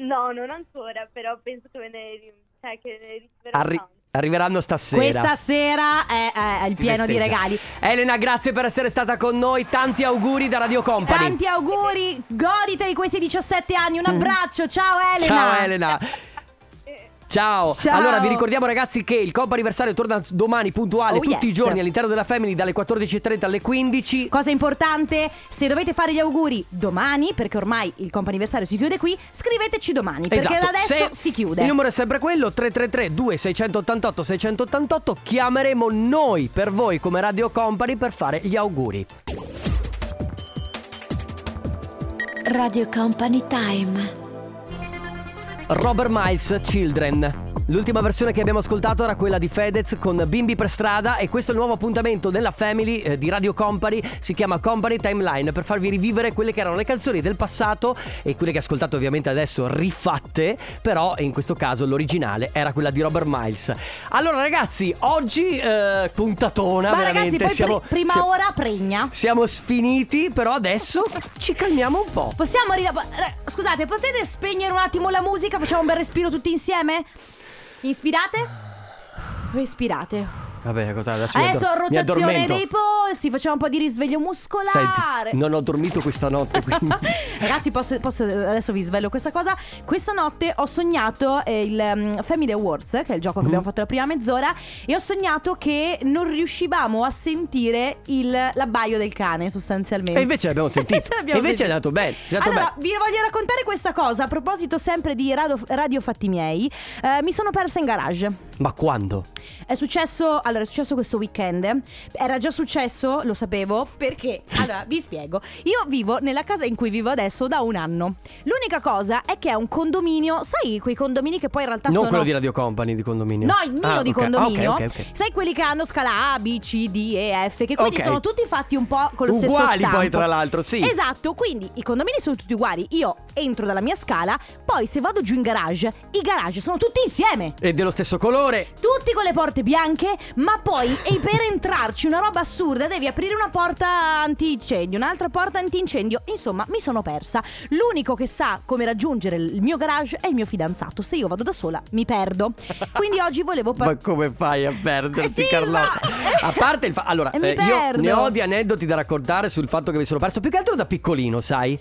[SPEAKER 4] No, non ancora, però penso che me ne, ri- cioè, che ne riceverò
[SPEAKER 2] Arri-
[SPEAKER 4] tanti.
[SPEAKER 2] arriveranno stasera.
[SPEAKER 1] Questa sera è, è- è il
[SPEAKER 2] Si
[SPEAKER 1] pieno di
[SPEAKER 2] festeggia.
[SPEAKER 1] regali.
[SPEAKER 2] Elena, grazie per essere stata con noi. Tanti auguri da Radio Company.
[SPEAKER 1] Tanti auguri, godite di questi 17 anni. Un abbraccio, ciao Elena.
[SPEAKER 2] Mm. Ciao Elena. Ciao.
[SPEAKER 1] Ciao.
[SPEAKER 2] Allora vi ricordiamo ragazzi che il Coppa anniversario torna domani puntuale
[SPEAKER 1] Oh,
[SPEAKER 2] tutti i
[SPEAKER 1] yes.
[SPEAKER 2] giorni all'interno della Family dalle 14.30 alle 15.
[SPEAKER 1] Cosa importante, se dovete fare gli auguri domani, perché ormai il comp'anniversario si chiude qui, scriveteci domani, perché
[SPEAKER 2] Esatto.
[SPEAKER 1] da adesso
[SPEAKER 2] Se-
[SPEAKER 1] si chiude.
[SPEAKER 2] Il numero è sempre quello 333 2688 688 chiameremo noi per voi come Radio Company per fare gli auguri.
[SPEAKER 7] Radio Company Time.
[SPEAKER 2] Robert Miles Children. L'ultima versione che abbiamo ascoltato era quella di Fedez con Bimbi per strada e questo è il nuovo appuntamento della Family eh, di Radio Company, si chiama Company Timeline per farvi rivivere quelle che erano le canzoni del passato e quelle che ascoltate ovviamente adesso rifatte, però in questo caso l'originale era quella di Robert Miles. Allora ragazzi, oggi eh, puntatona
[SPEAKER 1] Ma ragazzi,
[SPEAKER 2] veramente
[SPEAKER 1] poi
[SPEAKER 2] siamo,
[SPEAKER 1] pri- prima
[SPEAKER 2] siamo-
[SPEAKER 1] ora pregna.
[SPEAKER 2] siamo sfiniti, però adesso ci calmiamo un po'.
[SPEAKER 1] Possiamo rila- po- ra- Scusate, potete spegnere un attimo la musica? Facciamo un bel respiro tutti insieme? Inspirate? Espirate.
[SPEAKER 2] Vabbè, cosa adesso? mi
[SPEAKER 1] Adesso
[SPEAKER 2] addor- mi
[SPEAKER 1] rotazione
[SPEAKER 2] addormento.
[SPEAKER 1] dei polsi, facciamo un po' di risveglio muscolare.
[SPEAKER 2] Senti, non ho dormito questa notte, quindi
[SPEAKER 1] Ragazzi, posso, posso- adesso vi svelo questa cosa. Questa notte ho sognato eh, il um, Family Awards, che è il gioco
[SPEAKER 2] Mm-hmm.
[SPEAKER 1] che abbiamo fatto la prima mezz'ora, e ho sognato che non riuscivamo a sentire il, l'abbaio del cane, sostanzialmente.
[SPEAKER 2] E invece l'abbiamo sentito.
[SPEAKER 1] Ce l'abbiamo
[SPEAKER 2] E invece è
[SPEAKER 1] sentito.
[SPEAKER 2] andato bene, è andato
[SPEAKER 1] allora, vi voglio raccontare questa cosa a proposito sempre di Radio, radio Fatti Miei. Eh, mi sono persa in garage.
[SPEAKER 2] ma quando?
[SPEAKER 1] È successo, allora, è successo questo weekend. Era già successo, lo sapevo, perché allora vi spiego. Io vivo nella casa in cui vivo adesso da un anno. L'unica cosa è che è un condominio, sai, quei condomini che poi in realtà
[SPEAKER 2] non
[SPEAKER 1] sono
[SPEAKER 2] quello di Radio Company di condominio.
[SPEAKER 1] No, il mio
[SPEAKER 2] Ah,
[SPEAKER 1] di
[SPEAKER 2] ok.
[SPEAKER 1] condominio.
[SPEAKER 2] Ah, ok, ok, ok.
[SPEAKER 1] Sai quelli che hanno scala A, B, C, D, E, F, che quindi
[SPEAKER 2] Ok.
[SPEAKER 1] sono tutti fatti un po' con lo stesso
[SPEAKER 2] Uguali
[SPEAKER 1] stampo.
[SPEAKER 2] poi, tra l'altro, sì.
[SPEAKER 1] Esatto, quindi i condomini sono tutti uguali. Io entro dalla mia scala, poi se vado giù in garage, i garage sono tutti insieme.
[SPEAKER 2] E dello stesso colore, amore.
[SPEAKER 1] Tutti con le porte bianche, ma poi e per entrarci una roba assurda devi aprire una porta antincendio, un'altra porta antincendio. Insomma, mi sono persa. L'unico che sa come raggiungere il mio garage è il mio fidanzato. Se io vado da sola, mi perdo. Quindi oggi volevo
[SPEAKER 2] Ma
[SPEAKER 1] parlare.
[SPEAKER 2] come fai a perderti,
[SPEAKER 1] Eh sì, ma-
[SPEAKER 2] Carlotta? A parte il fa- Allora,
[SPEAKER 1] E mi
[SPEAKER 2] eh, io
[SPEAKER 1] perdo.
[SPEAKER 2] ne ho di aneddoti da raccontare sul fatto che mi sono perso. Più che altro da piccolino, sai?
[SPEAKER 1] Eh.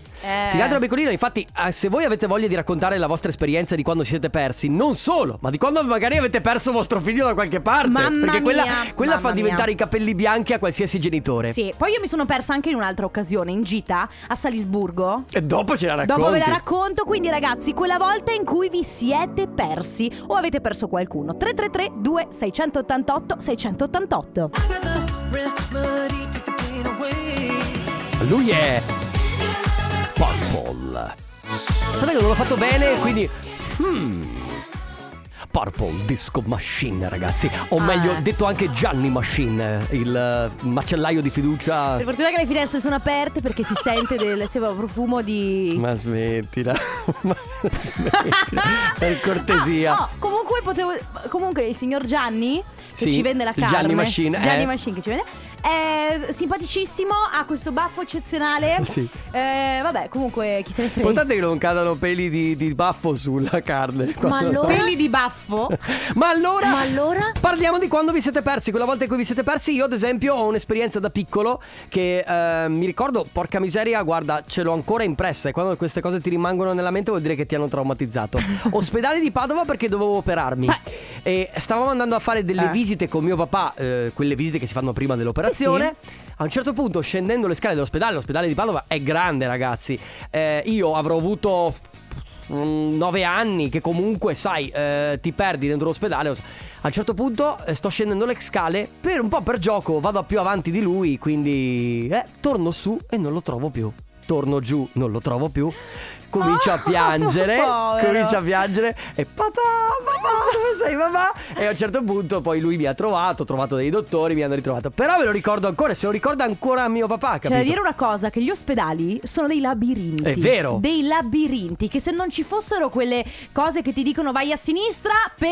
[SPEAKER 2] Più che altro da piccolino. Infatti, eh, se voi avete voglia di raccontare la vostra esperienza di quando ci siete persi, non solo, ma di quando magari avete perso vostro figlio da qualche parte.
[SPEAKER 1] Mamma
[SPEAKER 2] perché quella,
[SPEAKER 1] mia,
[SPEAKER 2] quella fa
[SPEAKER 1] mamma mia.
[SPEAKER 2] diventare i capelli bianchi a qualsiasi genitore.
[SPEAKER 1] Sì, poi io mi sono persa anche in un'altra occasione, in gita a Salisburgo.
[SPEAKER 2] E dopo ce la racconti.
[SPEAKER 1] Dopo ve la racconto, quindi ragazzi, quella volta in cui vi siete persi o avete perso qualcuno. 333 2688 688.
[SPEAKER 2] Lui è Purple. Sapete che non l'ho fatto bene, quindi. Hmm. Purple Disco Machine, ragazzi. O
[SPEAKER 1] Ah,
[SPEAKER 2] meglio,
[SPEAKER 1] eh.
[SPEAKER 2] detto anche Gianni Machine, il eh, macellaio di fiducia.
[SPEAKER 1] Per fortuna che le finestre sono aperte perché si sente del si va profumo di
[SPEAKER 2] Ma smettila. Ma smettila. per
[SPEAKER 1] Ah,
[SPEAKER 2] cortesia.
[SPEAKER 1] oh, comunque potevo comunque il signor Gianni che
[SPEAKER 2] Sì,
[SPEAKER 1] ci vende la
[SPEAKER 2] il
[SPEAKER 1] carne.
[SPEAKER 2] Gianni Machine,
[SPEAKER 1] Gianni
[SPEAKER 2] eh.
[SPEAKER 1] Machine che ci vende. È simpaticissimo, ha questo baffo eccezionale.
[SPEAKER 2] Sì.
[SPEAKER 1] Eh, vabbè, comunque chi se ne frega.
[SPEAKER 2] Contate che non cadano peli di, di baffo sulla carne.
[SPEAKER 7] Ma allora?
[SPEAKER 1] Peli di baffo.
[SPEAKER 2] Ma allora.
[SPEAKER 7] Ma allora?
[SPEAKER 2] Parliamo di quando vi siete persi, quella volta in cui vi siete persi. Io, ad esempio, ho un'esperienza da piccolo che eh, mi ricordo, porca miseria, guarda, ce l'ho ancora impressa. E quando queste cose ti rimangono nella mente, vuol dire che ti hanno traumatizzato. Ospedale di Padova perché dovevo operarmi. E stavamo andando a fare delle
[SPEAKER 1] Eh.
[SPEAKER 2] visite con mio papà, eh, quelle visite che si fanno prima dell'operazione. A un certo punto, scendendo le scale dell'ospedale, l'ospedale di Padova è grande, ragazzi. Eh, io avrò avuto 9 anni che comunque sai eh, ti perdi dentro l'ospedale a un certo punto eh, sto scendendo le scale per un po' per gioco vado più avanti di lui quindi eh, torno su e non lo trovo più torno giù non lo trovo più comincio a
[SPEAKER 1] Oh,
[SPEAKER 2] piangere
[SPEAKER 1] povero.
[SPEAKER 2] comincio a piangere e papà papà dove sei papà e a un certo punto poi lui mi ha trovato ho trovato dei dottori mi hanno ritrovato però ve lo ricordo ancora se lo ricorda ancora mio papà capito?
[SPEAKER 1] C'è da dire una cosa, che gli ospedali sono dei labirinti.
[SPEAKER 2] È vero.
[SPEAKER 1] Dei labirinti, che se non ci fossero quelle cose che ti dicono vai a sinistra per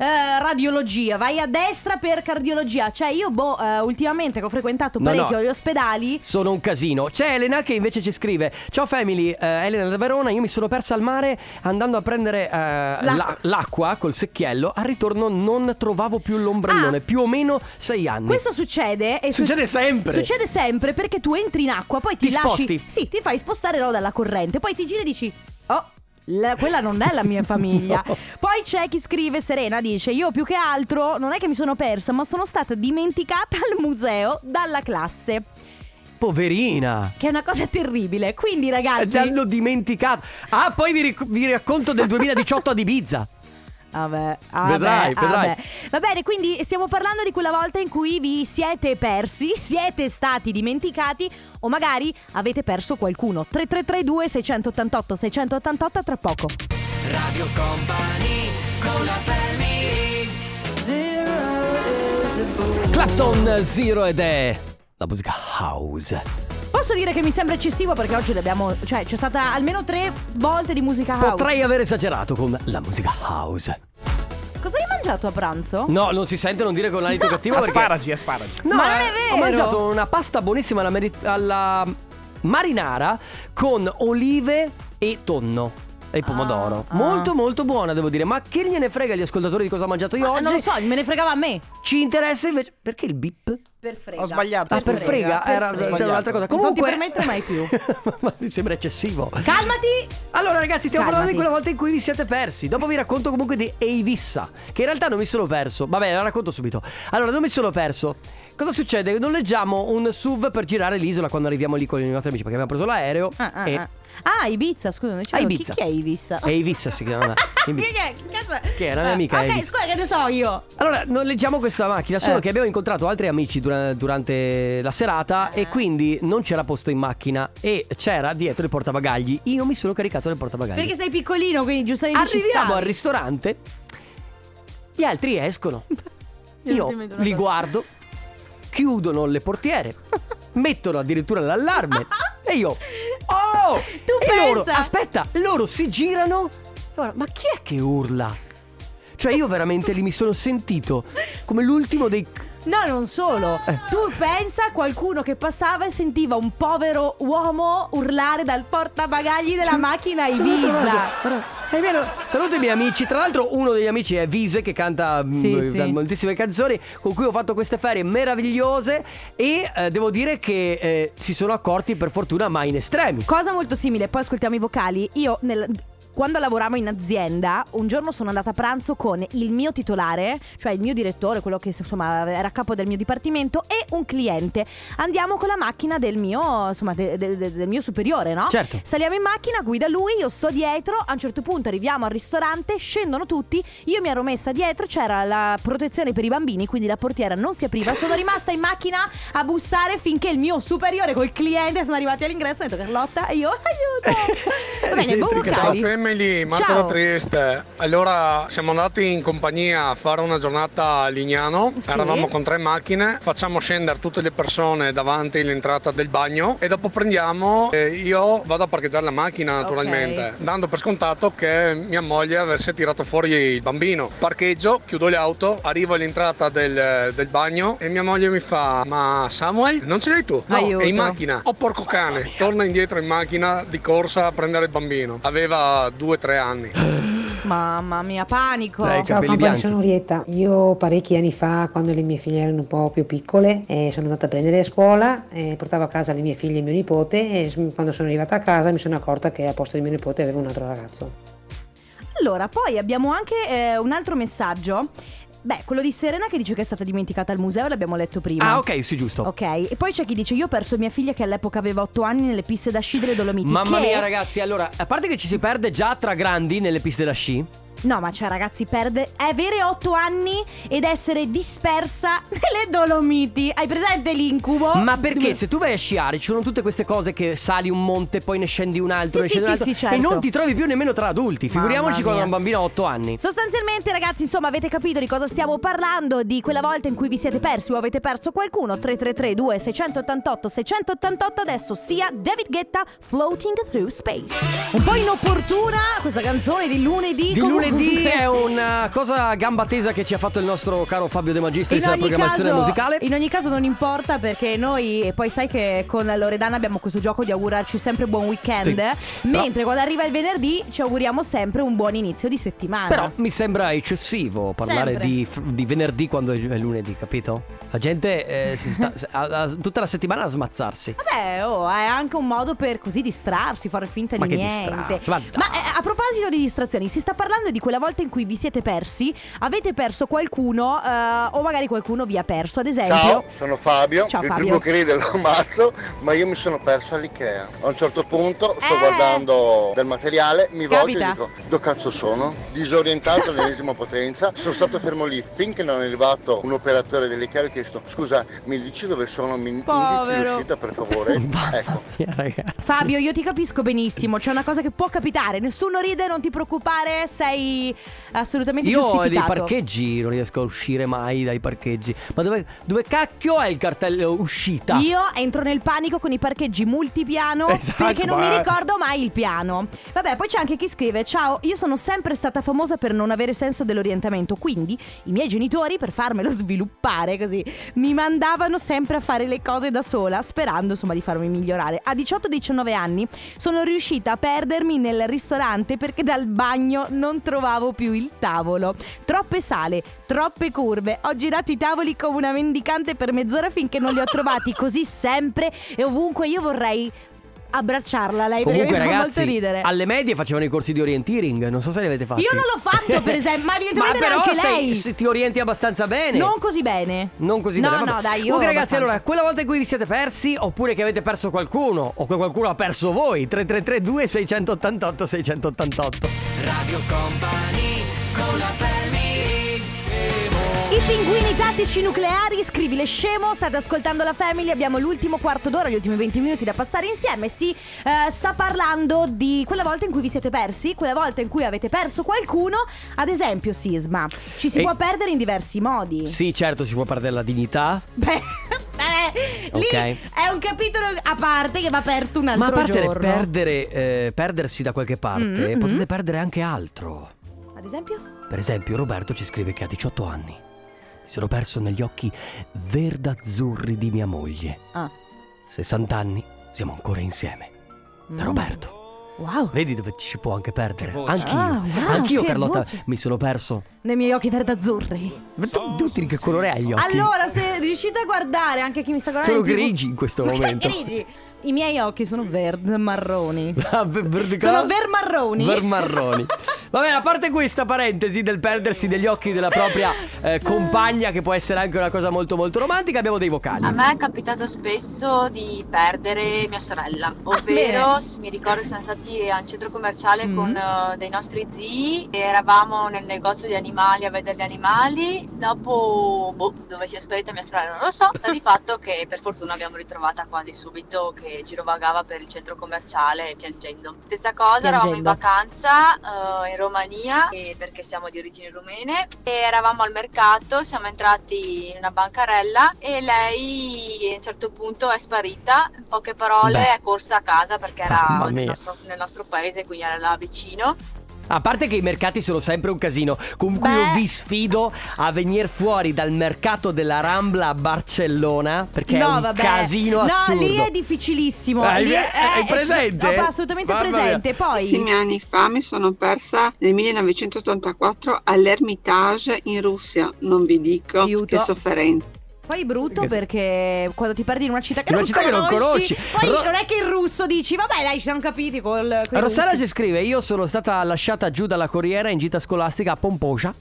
[SPEAKER 1] eh, radiologia, vai a destra per cardiologia. Cioè io, boh, eh, ultimamente che ho frequentato
[SPEAKER 2] No,
[SPEAKER 1] parecchio
[SPEAKER 2] no.
[SPEAKER 1] gli ospedali...
[SPEAKER 2] Sono un casino. C'è Elena che invece ci scrive: Ciao family, eh, Elena da Verona, io mi sono persa al mare andando a prendere eh, la- l'acqua col secchiello. Al ritorno non trovavo più l'ombrellone,
[SPEAKER 1] Ah.
[SPEAKER 2] più o meno sei anni.
[SPEAKER 1] Questo succede e
[SPEAKER 2] Succede sempre.
[SPEAKER 1] Succede sempre perché tu entri in acqua, poi ti,
[SPEAKER 2] Ti
[SPEAKER 1] lasci
[SPEAKER 2] sposti.
[SPEAKER 1] Sì, ti fai spostare no, dalla corrente, poi ti giri e dici "Oh, la- quella non è la mia famiglia.
[SPEAKER 2] No.
[SPEAKER 1] Poi c'è chi scrive Serena dice "Io più che altro non è che mi sono persa, ma sono stata dimenticata al museo dalla classe",
[SPEAKER 2] Poverina.
[SPEAKER 1] che è una cosa terribile. Quindi
[SPEAKER 2] Eh,
[SPEAKER 1] ragazzi,
[SPEAKER 2] Ti hanno dimenticato. Ah, poi vi, ric- vi racconto del 2018 ad Ibiza.
[SPEAKER 1] Vabbè, vabbè,
[SPEAKER 2] Vedrai, vedrai.
[SPEAKER 1] vabbè. Va bene, quindi stiamo parlando di quella volta in cui vi siete persi, siete stati dimenticati o magari avete perso qualcuno. 3332 688 688 tra poco.
[SPEAKER 2] Clapton Zero ed è la musica house.
[SPEAKER 1] Posso dire che mi sembra eccessivo perché oggi ne abbiamo, cioè c'è stata almeno tre volte di musica house.
[SPEAKER 2] Potrei aver esagerato con la musica house.
[SPEAKER 1] Cosa hai mangiato a pranzo?
[SPEAKER 2] No, non si sente, non dire con l'alito cattivo perché
[SPEAKER 8] Asparagi, asparagi.
[SPEAKER 2] No,
[SPEAKER 1] Ma non è
[SPEAKER 2] eh,
[SPEAKER 1] vero!
[SPEAKER 2] Ho mangiato una pasta buonissima alla, meri- alla marinara con olive e tonno. E pomodoro.
[SPEAKER 1] ah.
[SPEAKER 2] Molto molto buona, devo dire. Ma che gliene frega agli ascoltatori di cosa ho mangiato io
[SPEAKER 1] Ah,
[SPEAKER 2] oggi?
[SPEAKER 1] non lo so, me ne fregava a me.
[SPEAKER 2] Ci interessa invece. Perché il bip?
[SPEAKER 1] Per frega.
[SPEAKER 8] Ho sbagliato,
[SPEAKER 2] Ah, per frega,
[SPEAKER 8] Frega,
[SPEAKER 1] per
[SPEAKER 2] era,
[SPEAKER 1] frega.
[SPEAKER 2] c'era un'altra cosa.
[SPEAKER 1] Non ti
[SPEAKER 2] Comunque.
[SPEAKER 1] permettere mai più.
[SPEAKER 2] Ma mi sembra eccessivo.
[SPEAKER 1] Calmati!
[SPEAKER 2] Allora ragazzi stiamo
[SPEAKER 1] Calmati.
[SPEAKER 2] parlando di quella volta in cui vi siete persi Dopo vi racconto comunque di Eivissa Che in realtà non mi sono perso Vabbè la racconto subito Allora non mi sono perso Cosa succede? Noleggiamo un SUV per girare l'isola quando arriviamo lì con i nostri amici Perché abbiamo preso l'aereo
[SPEAKER 1] Ah, ah,
[SPEAKER 2] e...
[SPEAKER 1] ah. Ah, Ibiza, scusa, non dicevo,
[SPEAKER 2] Ah, Ibiza.
[SPEAKER 1] Chi, chi è Ibiza?
[SPEAKER 2] Eivissa si chiama
[SPEAKER 1] Chi
[SPEAKER 2] Eivissa.
[SPEAKER 1] è? Chi cazzo è?
[SPEAKER 2] Che era una mia amica, Eh,
[SPEAKER 1] Ah, Ok,
[SPEAKER 2] Eivissa.
[SPEAKER 1] scusa, che ne so io.
[SPEAKER 2] Allora, noleggiamo questa macchina, solo
[SPEAKER 1] Eh.
[SPEAKER 2] che abbiamo incontrato altri amici dura- durante la serata
[SPEAKER 1] Eh.
[SPEAKER 2] e quindi non c'era posto in macchina e c'era dietro il portabagagli. Io mi sono caricato nel portabagagli.
[SPEAKER 1] Perché sei piccolino, quindi giustamente ci
[SPEAKER 2] Arriviamo
[SPEAKER 1] stavi.
[SPEAKER 2] al ristorante, gli altri escono. Io
[SPEAKER 1] Evidentemente una
[SPEAKER 2] li
[SPEAKER 1] cosa.
[SPEAKER 2] guardo, chiudono le portiere, mettono addirittura l'allarme. e io. Oh!
[SPEAKER 1] Tu
[SPEAKER 2] e loro,
[SPEAKER 1] pensa?
[SPEAKER 2] aspetta, loro si girano. Allora, ma chi è che urla? Cioè io veramente lì mi sono sentito come l'ultimo dei...
[SPEAKER 1] No, non solo.
[SPEAKER 2] Eh.
[SPEAKER 1] Tu pensa a qualcuno che passava e sentiva un povero uomo urlare dal portabagagli della
[SPEAKER 2] Cioè,
[SPEAKER 1] macchina Ibiza.
[SPEAKER 2] È vero. Saluto i miei amici. Tra l'altro, uno degli amici è Vise, che canta mh,
[SPEAKER 1] Sì,
[SPEAKER 2] eh,
[SPEAKER 1] sì.
[SPEAKER 2] da moltissime canzoni, con cui ho fatto queste ferie meravigliose. E eh, devo dire che eh, si sono accorti, per fortuna, ma in estremis.
[SPEAKER 1] Cosa molto simile, poi ascoltiamo i vocali. Io nel- Quando lavoravo in azienda, un giorno sono andata a pranzo con il mio titolare, cioè il mio direttore, quello che insomma era capo del mio dipartimento, e un cliente. Andiamo con la macchina del mio, insomma, de- de- de- del mio superiore, no?
[SPEAKER 2] Certo.
[SPEAKER 1] Saliamo in macchina, guida lui, io sto dietro, a un certo punto arriviamo al ristorante, scendono tutti, io mi ero messa dietro, c'era la protezione per i bambini, quindi la portiera non si apriva, sono rimasta in macchina a bussare finché il mio superiore col cliente sono arrivati all'ingresso, hanno detto Carlotta e io aiuto. Va bene, buon
[SPEAKER 2] Ciao,
[SPEAKER 8] Ciao
[SPEAKER 1] vocali.
[SPEAKER 8] family, Marco
[SPEAKER 1] Ciao.
[SPEAKER 8] da Trieste. Allora, siamo andati in compagnia a fare una giornata a Lignano.
[SPEAKER 1] Sì.
[SPEAKER 8] Eravamo con tre macchine. Facciamo scendere tutte le persone davanti all'entrata del bagno e dopo prendiamo. eh, io vado a parcheggiare la macchina naturalmente, dando per scontato che mia moglie avesse tirato fuori il bambino. Parcheggio, chiudo le auto, arrivo all'entrata del, del bagno e mia moglie mi fa: Ma Samuel, non ce l'hai tu? No,
[SPEAKER 1] Aiuto.
[SPEAKER 8] è in macchina. Oh porco cane, torna indietro in macchina di corsa a prendere il bambino. Aveva 2-3 anni.
[SPEAKER 1] Mamma mia, panico.
[SPEAKER 2] Dai,
[SPEAKER 9] Ciao
[SPEAKER 2] capelli
[SPEAKER 9] compagni,
[SPEAKER 2] bianchi.
[SPEAKER 9] sono Orietta. Io parecchi anni fa, quando le mie figlie erano un po' più piccole, eh, sono andata a prendere a scuola, eh, portavo a casa le mie figlie e mio nipote e s- quando sono arrivata a casa mi sono accorta che a posto di mio nipote avevo un altro ragazzo.
[SPEAKER 1] Allora, poi abbiamo anche eh, un altro messaggio. Beh, quello di Serena che dice che è stata dimenticata al museo, l'abbiamo letto prima.
[SPEAKER 2] Ah, ok, sì, giusto.
[SPEAKER 1] Ok, e poi c'è chi dice io ho perso mia figlia che all'epoca aveva 8 anni nelle piste da sci delle Dolomiti.
[SPEAKER 2] Mamma
[SPEAKER 1] che-
[SPEAKER 2] mia, ragazzi, allora, a parte che ci si perde già tra grandi nelle piste da sci,
[SPEAKER 1] No, ma cioè ragazzi, perde è avere 8 anni ed essere dispersa nelle Dolomiti. Hai presente l'incubo? Mm.
[SPEAKER 2] ma perché se tu vai a sciare ci sono tutte queste cose che sali un monte, poi ne scendi un altro,
[SPEAKER 1] Sì, sì,
[SPEAKER 2] ne scendi un
[SPEAKER 1] sì,
[SPEAKER 2] altro
[SPEAKER 1] sì, certo.
[SPEAKER 2] e non ti trovi più nemmeno tra adulti.
[SPEAKER 1] Mamma
[SPEAKER 2] Figuriamoci quando
[SPEAKER 1] mia.
[SPEAKER 2] un bambino ha 8 anni.
[SPEAKER 1] Sostanzialmente ragazzi, insomma, avete capito di cosa stiamo parlando, di quella volta in cui vi siete persi o avete perso qualcuno. 333 2688 688 adesso sia David Guetta Floating Through Space. Un po' inopportuna questa canzone di lunedì.
[SPEAKER 2] Di
[SPEAKER 1] comunque.
[SPEAKER 2] lunedì è una cosa a gamba tesa che ci ha fatto il nostro caro Fabio De Magistris
[SPEAKER 1] In
[SPEAKER 2] della
[SPEAKER 1] ogni,
[SPEAKER 2] programmazione
[SPEAKER 1] caso,
[SPEAKER 2] musicale.
[SPEAKER 1] in ogni caso non importa perché noi, e poi sai che con Loredana abbiamo questo gioco di augurarci sempre buon
[SPEAKER 2] Sì.
[SPEAKER 1] weekend,
[SPEAKER 2] Però-
[SPEAKER 1] mentre quando arriva il venerdì ci auguriamo sempre un buon inizio di settimana.
[SPEAKER 2] Però mi sembra eccessivo parlare
[SPEAKER 1] Sempre.
[SPEAKER 2] di, f- di venerdì quando è lunedì, capito? La gente eh, si sta, ha- ha tutta la settimana a smazzarsi.
[SPEAKER 1] Vabbè, oh, è anche un modo per così distrarsi, fare finta
[SPEAKER 2] Ma
[SPEAKER 1] di
[SPEAKER 2] che
[SPEAKER 1] Eh, niente.
[SPEAKER 2] distrarsi, ma dai.
[SPEAKER 1] eh, a proposito di distrazioni, si sta parlando di quella volta in cui vi siete persi, avete perso qualcuno eh, o magari qualcuno vi ha perso, ad esempio.
[SPEAKER 10] Ciao, sono Fabio,
[SPEAKER 1] Ciao,
[SPEAKER 10] il
[SPEAKER 1] Fabio.
[SPEAKER 10] primo che ride lo ammazzo, ma io mi sono perso all'Ikea. A un certo punto sto
[SPEAKER 1] Eh.
[SPEAKER 10] guardando del materiale, mi volto
[SPEAKER 1] Capita.
[SPEAKER 10] e dico, dove cazzo sono? Disorientato all'ennesima potenza, sono stato fermo lì finché non è arrivato un operatore dell'Ikea e ho chiesto, scusa, mi dici dove sono? Mi
[SPEAKER 1] Povero.
[SPEAKER 10] indichi l'uscita per favore? ecco,
[SPEAKER 2] Mia ragazza.
[SPEAKER 1] Fabio, io ti capisco benissimo, c'è una cosa che può capitare, nessuno ride, non ti preoccupare, sei assolutamente
[SPEAKER 2] Io ho dei
[SPEAKER 1] giustificato.
[SPEAKER 2] parcheggi, non riesco a uscire mai dai parcheggi. Ma dove, dove cacchio è il cartello uscita?
[SPEAKER 1] Io entro nel panico con i parcheggi multipiano
[SPEAKER 2] Esatto,
[SPEAKER 1] perché non mi
[SPEAKER 2] ma-
[SPEAKER 1] ricordo mai il piano. Vabbè, poi c'è anche chi scrive: Ciao, io sono sempre stata famosa per non avere senso dell'orientamento, quindi i miei genitori, per farmelo sviluppare così, mi mandavano sempre a fare le cose da sola, sperando insomma di farmi migliorare. A 18-19 anni sono riuscita a perdermi nel ristorante perché dal bagno non trovavo più il tavolo. Troppe sale, troppe curve. Ho girato i tavoli come una mendicante per mezz'ora finché non li ho trovati così sempre e ovunque io vorrei abbracciarla lei eh, perché
[SPEAKER 2] Comunque
[SPEAKER 1] mi fa
[SPEAKER 2] ragazzi,
[SPEAKER 1] molto ridere.
[SPEAKER 2] alle medie facevano i corsi di orienteering, non so se li avete fatti.
[SPEAKER 1] Io non l'ho fatto, per esempio, ma evidentemente
[SPEAKER 2] Ma però
[SPEAKER 1] neanche
[SPEAKER 2] sei-
[SPEAKER 1] lei.
[SPEAKER 2] se ti orienti abbastanza bene.
[SPEAKER 1] Non così bene.
[SPEAKER 2] Non così
[SPEAKER 1] no,
[SPEAKER 2] bene. vabbè.
[SPEAKER 1] No, dai, io
[SPEAKER 2] Comunque, ragazzi,
[SPEAKER 1] abbastanza.
[SPEAKER 2] allora, quella volta in cui vi siete persi, oppure che avete perso qualcuno, o che qualcuno ha perso voi, 3332 688 688.
[SPEAKER 1] I pinguini tattici nucleari, scrivile scemo, state ascoltando la Family, abbiamo l'ultimo quarto d'ora, gli ultimi 20 minuti da passare insieme. Si eh, sta parlando di quella volta in cui vi siete persi, quella volta in cui avete perso qualcuno, ad esempio sisma. Ci si
[SPEAKER 2] E-
[SPEAKER 1] può perdere in diversi modi.
[SPEAKER 2] Sì, certo, si può perdere la dignità.
[SPEAKER 1] Beh, eh, lì
[SPEAKER 2] Ok.
[SPEAKER 1] è un capitolo a parte che va aperto un altro
[SPEAKER 2] Ma a parte
[SPEAKER 1] giorno.
[SPEAKER 2] perdere, eh, perdersi da qualche parte,
[SPEAKER 1] Mm, mm.
[SPEAKER 2] potete perdere anche altro.
[SPEAKER 1] ad esempio?
[SPEAKER 2] Per esempio, Roberto ci scrive che a 18 anni mi sono perso negli occhi verdazzurri di mia moglie.
[SPEAKER 1] Ah.
[SPEAKER 2] 60 anni, siamo ancora insieme. Da
[SPEAKER 1] Mm.
[SPEAKER 2] Roberto.
[SPEAKER 1] Wow.
[SPEAKER 2] Vedi dove ci si può anche perdere.
[SPEAKER 1] voce.
[SPEAKER 2] Anch'io,
[SPEAKER 1] Ah, wow,
[SPEAKER 2] anch'io
[SPEAKER 1] che
[SPEAKER 2] Carlotta,
[SPEAKER 1] voce.
[SPEAKER 2] mi sono perso.
[SPEAKER 1] Nei miei occhi verdazzurri.
[SPEAKER 2] Ma tu, tu ti- che colore hai gli occhi?
[SPEAKER 1] Allora, se riuscite a guardare anche chi mi sta guardando.
[SPEAKER 2] sono
[SPEAKER 1] in TV
[SPEAKER 2] grigi in questo
[SPEAKER 1] Ma che
[SPEAKER 2] momento.
[SPEAKER 1] grigi? I miei occhi sono verde marroni.
[SPEAKER 2] Sono
[SPEAKER 1] Sono vermarroni.
[SPEAKER 2] Ah, Vermarroni. Va bene, a parte questa parentesi del perdersi degli occhi della propria eh, compagna, che può essere anche una cosa molto molto romantica, abbiamo dei vocali.
[SPEAKER 11] A me è capitato spesso di perdere mia sorella,
[SPEAKER 1] Ah,
[SPEAKER 11] ovvero
[SPEAKER 1] bene.
[SPEAKER 11] s- mi ricordo che siamo stati a un centro commerciale
[SPEAKER 1] Mm.
[SPEAKER 11] con eh, dei nostri zii e eravamo nel negozio di animali a vedere gli animali, dopo boh, dove si è sparita mia sorella non lo so, sta di fatto che per fortuna abbiamo ritrovata quasi subito che girovagava per il centro commerciale piangendo. Stessa cosa, eravamo in
[SPEAKER 12] Piangendo.
[SPEAKER 11] vacanza eh, in Romania e- perché siamo di origini rumene e eravamo al mercato, siamo entrati in una bancarella e lei a un certo punto è sparita, in poche parole
[SPEAKER 2] Beh.
[SPEAKER 11] è corsa a casa perché
[SPEAKER 2] Mamma
[SPEAKER 11] era nel
[SPEAKER 2] mia.
[SPEAKER 11] nostro, nel nostro paese, quindi era là vicino.
[SPEAKER 2] A parte che i mercati sono sempre un casino. Comunque io vi sfido a venire fuori dal mercato della Rambla a Barcellona, perché è
[SPEAKER 1] no,
[SPEAKER 2] un
[SPEAKER 1] vabbè.
[SPEAKER 2] casino
[SPEAKER 1] no,
[SPEAKER 2] assurdo.
[SPEAKER 1] lì è difficilissimo.
[SPEAKER 2] Hai-
[SPEAKER 1] lì è,
[SPEAKER 2] hai
[SPEAKER 1] eh,
[SPEAKER 2] presente?
[SPEAKER 1] no, assolutamente
[SPEAKER 2] Mamma mia.
[SPEAKER 1] presente. Poi
[SPEAKER 13] Pochissimi anni fa mi sono persa nel 1984 all'Ermitage in Russia, non vi dico che sofferenza.
[SPEAKER 1] Poi è brutto
[SPEAKER 13] Che-
[SPEAKER 1] perché quando ti perdi in una città che,
[SPEAKER 2] In una
[SPEAKER 1] non,
[SPEAKER 2] città che non
[SPEAKER 1] conosci,
[SPEAKER 2] conosci.
[SPEAKER 1] Poi
[SPEAKER 2] Ro-
[SPEAKER 1] non è che il russo dici, vabbè dai ci siamo capiti col... coi
[SPEAKER 2] Rossella
[SPEAKER 1] russi."
[SPEAKER 2] ci scrive: Io sono stata lasciata giù dalla corriera in gita scolastica a Pomposa.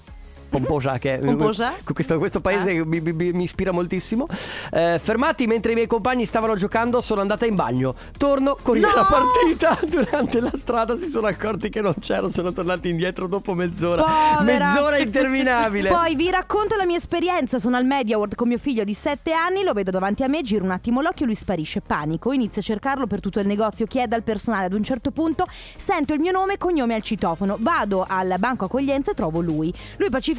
[SPEAKER 2] Pomposa, che è
[SPEAKER 1] Pomposa? Eh.
[SPEAKER 2] Questo, questo paese che mi, mi- mi ispira moltissimo. Eh, fermati mentre i miei compagni stavano giocando, sono andata in bagno. Torno, corriera
[SPEAKER 1] No!
[SPEAKER 2] partita. Durante la strada si sono accorti che non c'ero, sono tornati indietro dopo mezz'ora.
[SPEAKER 1] Povera.
[SPEAKER 2] Mezz'ora interminabile.
[SPEAKER 1] Poi vi racconto la mia esperienza. Sono al Media World con mio figlio di 7 anni, lo vedo davanti a me, giro un attimo l'occhio, lui sparisce, panico, inizio a cercarlo per tutto il negozio, chiedo al personale, ad un certo punto sento il mio nome e cognome al citofono, vado al banco accoglienza e trovo lui. Lui pacificamente,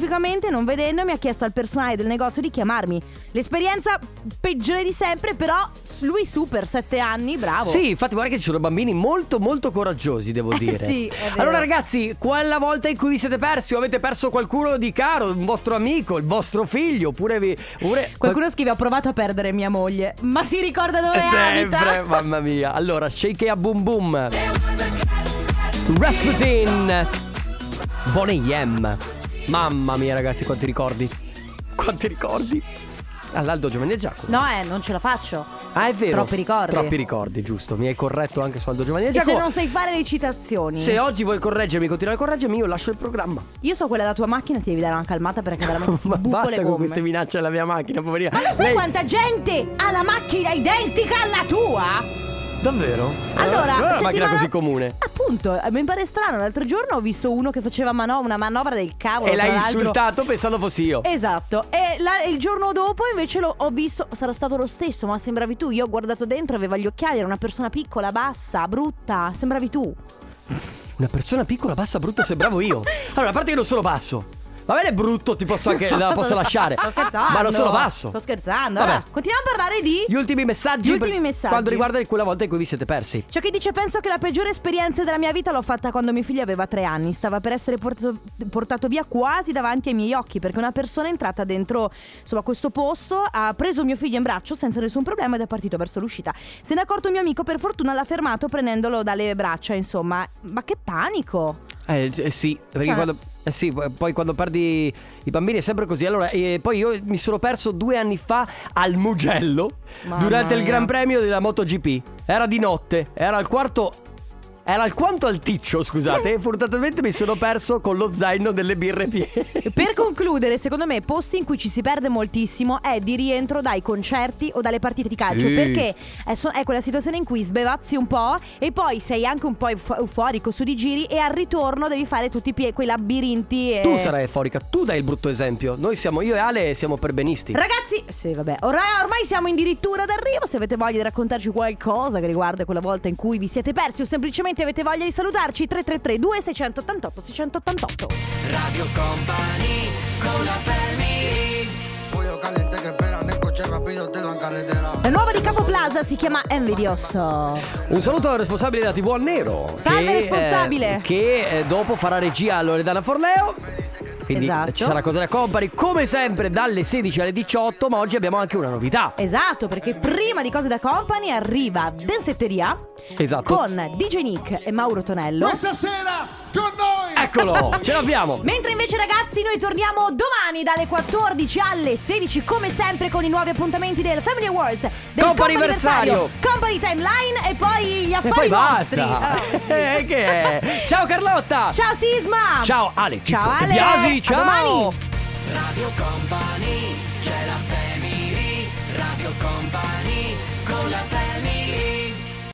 [SPEAKER 1] non vedendomi, ha chiesto al personale del negozio di chiamarmi. L'esperienza peggiore di sempre, però lui super 7 anni, bravo.
[SPEAKER 2] Sì, infatti guarda che ci sono bambini molto molto coraggiosi, devo dire.
[SPEAKER 1] Eh sì, è vero.
[SPEAKER 2] Allora ragazzi, quella volta in cui vi siete persi o avete perso qualcuno di caro, un vostro amico, il vostro figlio, oppure vi... oppure-
[SPEAKER 1] Qualcuno scrive ho provato a perdere mia moglie, ma si ricorda dove
[SPEAKER 2] Eh, Sempre,
[SPEAKER 1] abita?
[SPEAKER 2] mamma mia. Allora, shake it a boom boom. Rasputin. Boney M. Mamma mia ragazzi, quanti ricordi. Quanti ricordi. All'Aldo Giovanni e Giacomo.
[SPEAKER 1] No, eh, non ce la faccio.
[SPEAKER 2] Ah, è vero.
[SPEAKER 1] Troppi ricordi.
[SPEAKER 2] Troppi ricordi, giusto. Mi hai corretto anche su Aldo Giovanni e
[SPEAKER 1] E se
[SPEAKER 2] Giacomo.
[SPEAKER 1] non sai fare le citazioni.
[SPEAKER 2] Se oggi vuoi correggermi, continuare a correggermi, io lascio il programma.
[SPEAKER 1] Io so quella della tua macchina, ti devi dare una calmata perché veramente
[SPEAKER 2] Ma
[SPEAKER 1] buco
[SPEAKER 2] basta
[SPEAKER 1] le
[SPEAKER 2] con
[SPEAKER 1] gomme.
[SPEAKER 2] queste minacce alla mia macchina, poverina.
[SPEAKER 1] Ma lo sai
[SPEAKER 2] Lei-
[SPEAKER 1] quanta gente ha la macchina identica alla tua?
[SPEAKER 2] Davvero?
[SPEAKER 1] Allora,
[SPEAKER 2] Ah, non è una macchina
[SPEAKER 1] settimana-
[SPEAKER 2] così comune.
[SPEAKER 1] Appunto, eh, mi pare strano, l'altro giorno ho visto uno che faceva mano- una manovra del cavolo
[SPEAKER 2] E
[SPEAKER 1] Oh, tra
[SPEAKER 2] l'hai
[SPEAKER 1] l'altro.
[SPEAKER 2] insultato pensando fossi io.
[SPEAKER 1] Esatto, e la- il giorno dopo invece l'ho ho visto, sarà stato lo stesso, ma sembravi tu. Io ho guardato dentro, aveva gli occhiali, era una persona piccola, bassa, brutta, sembravi tu.
[SPEAKER 2] Una persona piccola, bassa, brutta, sembravo io. Allora, a parte che non sono basso. Va bene, brutto, ti posso anche. la posso lasciare.
[SPEAKER 1] Sto scherzando.
[SPEAKER 2] Ma non sono basso.
[SPEAKER 1] Sto scherzando.
[SPEAKER 2] Vabbè.
[SPEAKER 1] Allora, continuiamo a parlare di.
[SPEAKER 2] Gli ultimi messaggi.
[SPEAKER 1] Gli ultimi
[SPEAKER 2] per-
[SPEAKER 1] messaggi.
[SPEAKER 2] Quando riguarda quella volta in cui vi siete persi.
[SPEAKER 1] C'è chi dice penso che la peggiore esperienza della mia vita l'ho fatta quando mio figlio aveva tre anni, stava per essere portato, portato via quasi davanti ai miei occhi perché una persona è entrata dentro insomma, questo posto, ha preso mio figlio in braccio senza nessun problema ed è partito verso l'uscita. Se n'è accorto un mio amico, per fortuna l'ha fermato prendendolo dalle braccia, insomma, ma che panico!
[SPEAKER 2] Eh, eh, sì, perché
[SPEAKER 1] Cioè-
[SPEAKER 2] quando. Eh sì, poi- poi quando perdi i bambini è sempre così. Allora, eh, poi io mi sono perso due anni fa al Mugello
[SPEAKER 1] Mamma
[SPEAKER 2] durante il
[SPEAKER 1] mia.
[SPEAKER 2] Gran Premio della MotoGP. Era di notte, era al quarto. Era alquanto alticcio, scusate. e fortunatamente mi sono perso con lo zaino delle birre piene.
[SPEAKER 1] Per concludere, secondo me, posti in cui ci si perde moltissimo è di rientro dai concerti o dalle partite di calcio.
[SPEAKER 2] Sì.
[SPEAKER 1] Perché è, so- è quella situazione in cui sbevazzi un po' e poi sei anche un po' eufo- euforico su di giri e al ritorno devi fare tutti i pie- quei labirinti. E...
[SPEAKER 2] Tu sarai euforica, tu dai il brutto esempio. Noi siamo io e Ale e siamo perbenisti.
[SPEAKER 1] Ragazzi, sì, vabbè, ormai, ormai siamo addirittura d'arrivo. Se avete voglia di raccontarci qualcosa che riguarda quella volta in cui vi siete persi o semplicemente avete voglia di salutarci, 333 2688 688.
[SPEAKER 3] Radio Company con la family.
[SPEAKER 14] Pollo caliente que esperan en coche rápido te dan carretera.
[SPEAKER 1] La nuova di Capo Plaza si chiama Envidioso.
[SPEAKER 2] Un saluto al responsabile della TV al nero.
[SPEAKER 1] Salve,
[SPEAKER 2] che, eh,
[SPEAKER 1] responsabile.
[SPEAKER 2] che eh, dopo farà regia a Loredana Forneo. Quindi
[SPEAKER 1] Esatto.
[SPEAKER 2] ci sarà cosa da compari come sempre dalle 16 alle 18, ma oggi abbiamo anche una novità.
[SPEAKER 1] Esatto, perché prima di Cose da Company arriva Densetteria
[SPEAKER 2] Esatto.
[SPEAKER 1] con DJ Nick e Mauro Tonello.
[SPEAKER 12] Questa sera con noi!
[SPEAKER 1] Eh.
[SPEAKER 2] Eccolo, ce l'abbiamo.
[SPEAKER 1] Mentre invece ragazzi noi torniamo domani dalle 14 alle 16 come sempre con i nuovi appuntamenti del Family Awards, del
[SPEAKER 2] Company anniversario.
[SPEAKER 1] Company Timeline e poi gli
[SPEAKER 2] E
[SPEAKER 1] affari
[SPEAKER 2] poi
[SPEAKER 1] vostri.
[SPEAKER 2] basta. Eh, che è? Ciao Carlotta.
[SPEAKER 1] Ciao Sisma.
[SPEAKER 2] Ciao Ale.
[SPEAKER 1] Ciao
[SPEAKER 2] Pippo De
[SPEAKER 1] Ale.
[SPEAKER 2] Biasi,
[SPEAKER 1] A
[SPEAKER 2] ciao.
[SPEAKER 1] domani.
[SPEAKER 3] Radio Company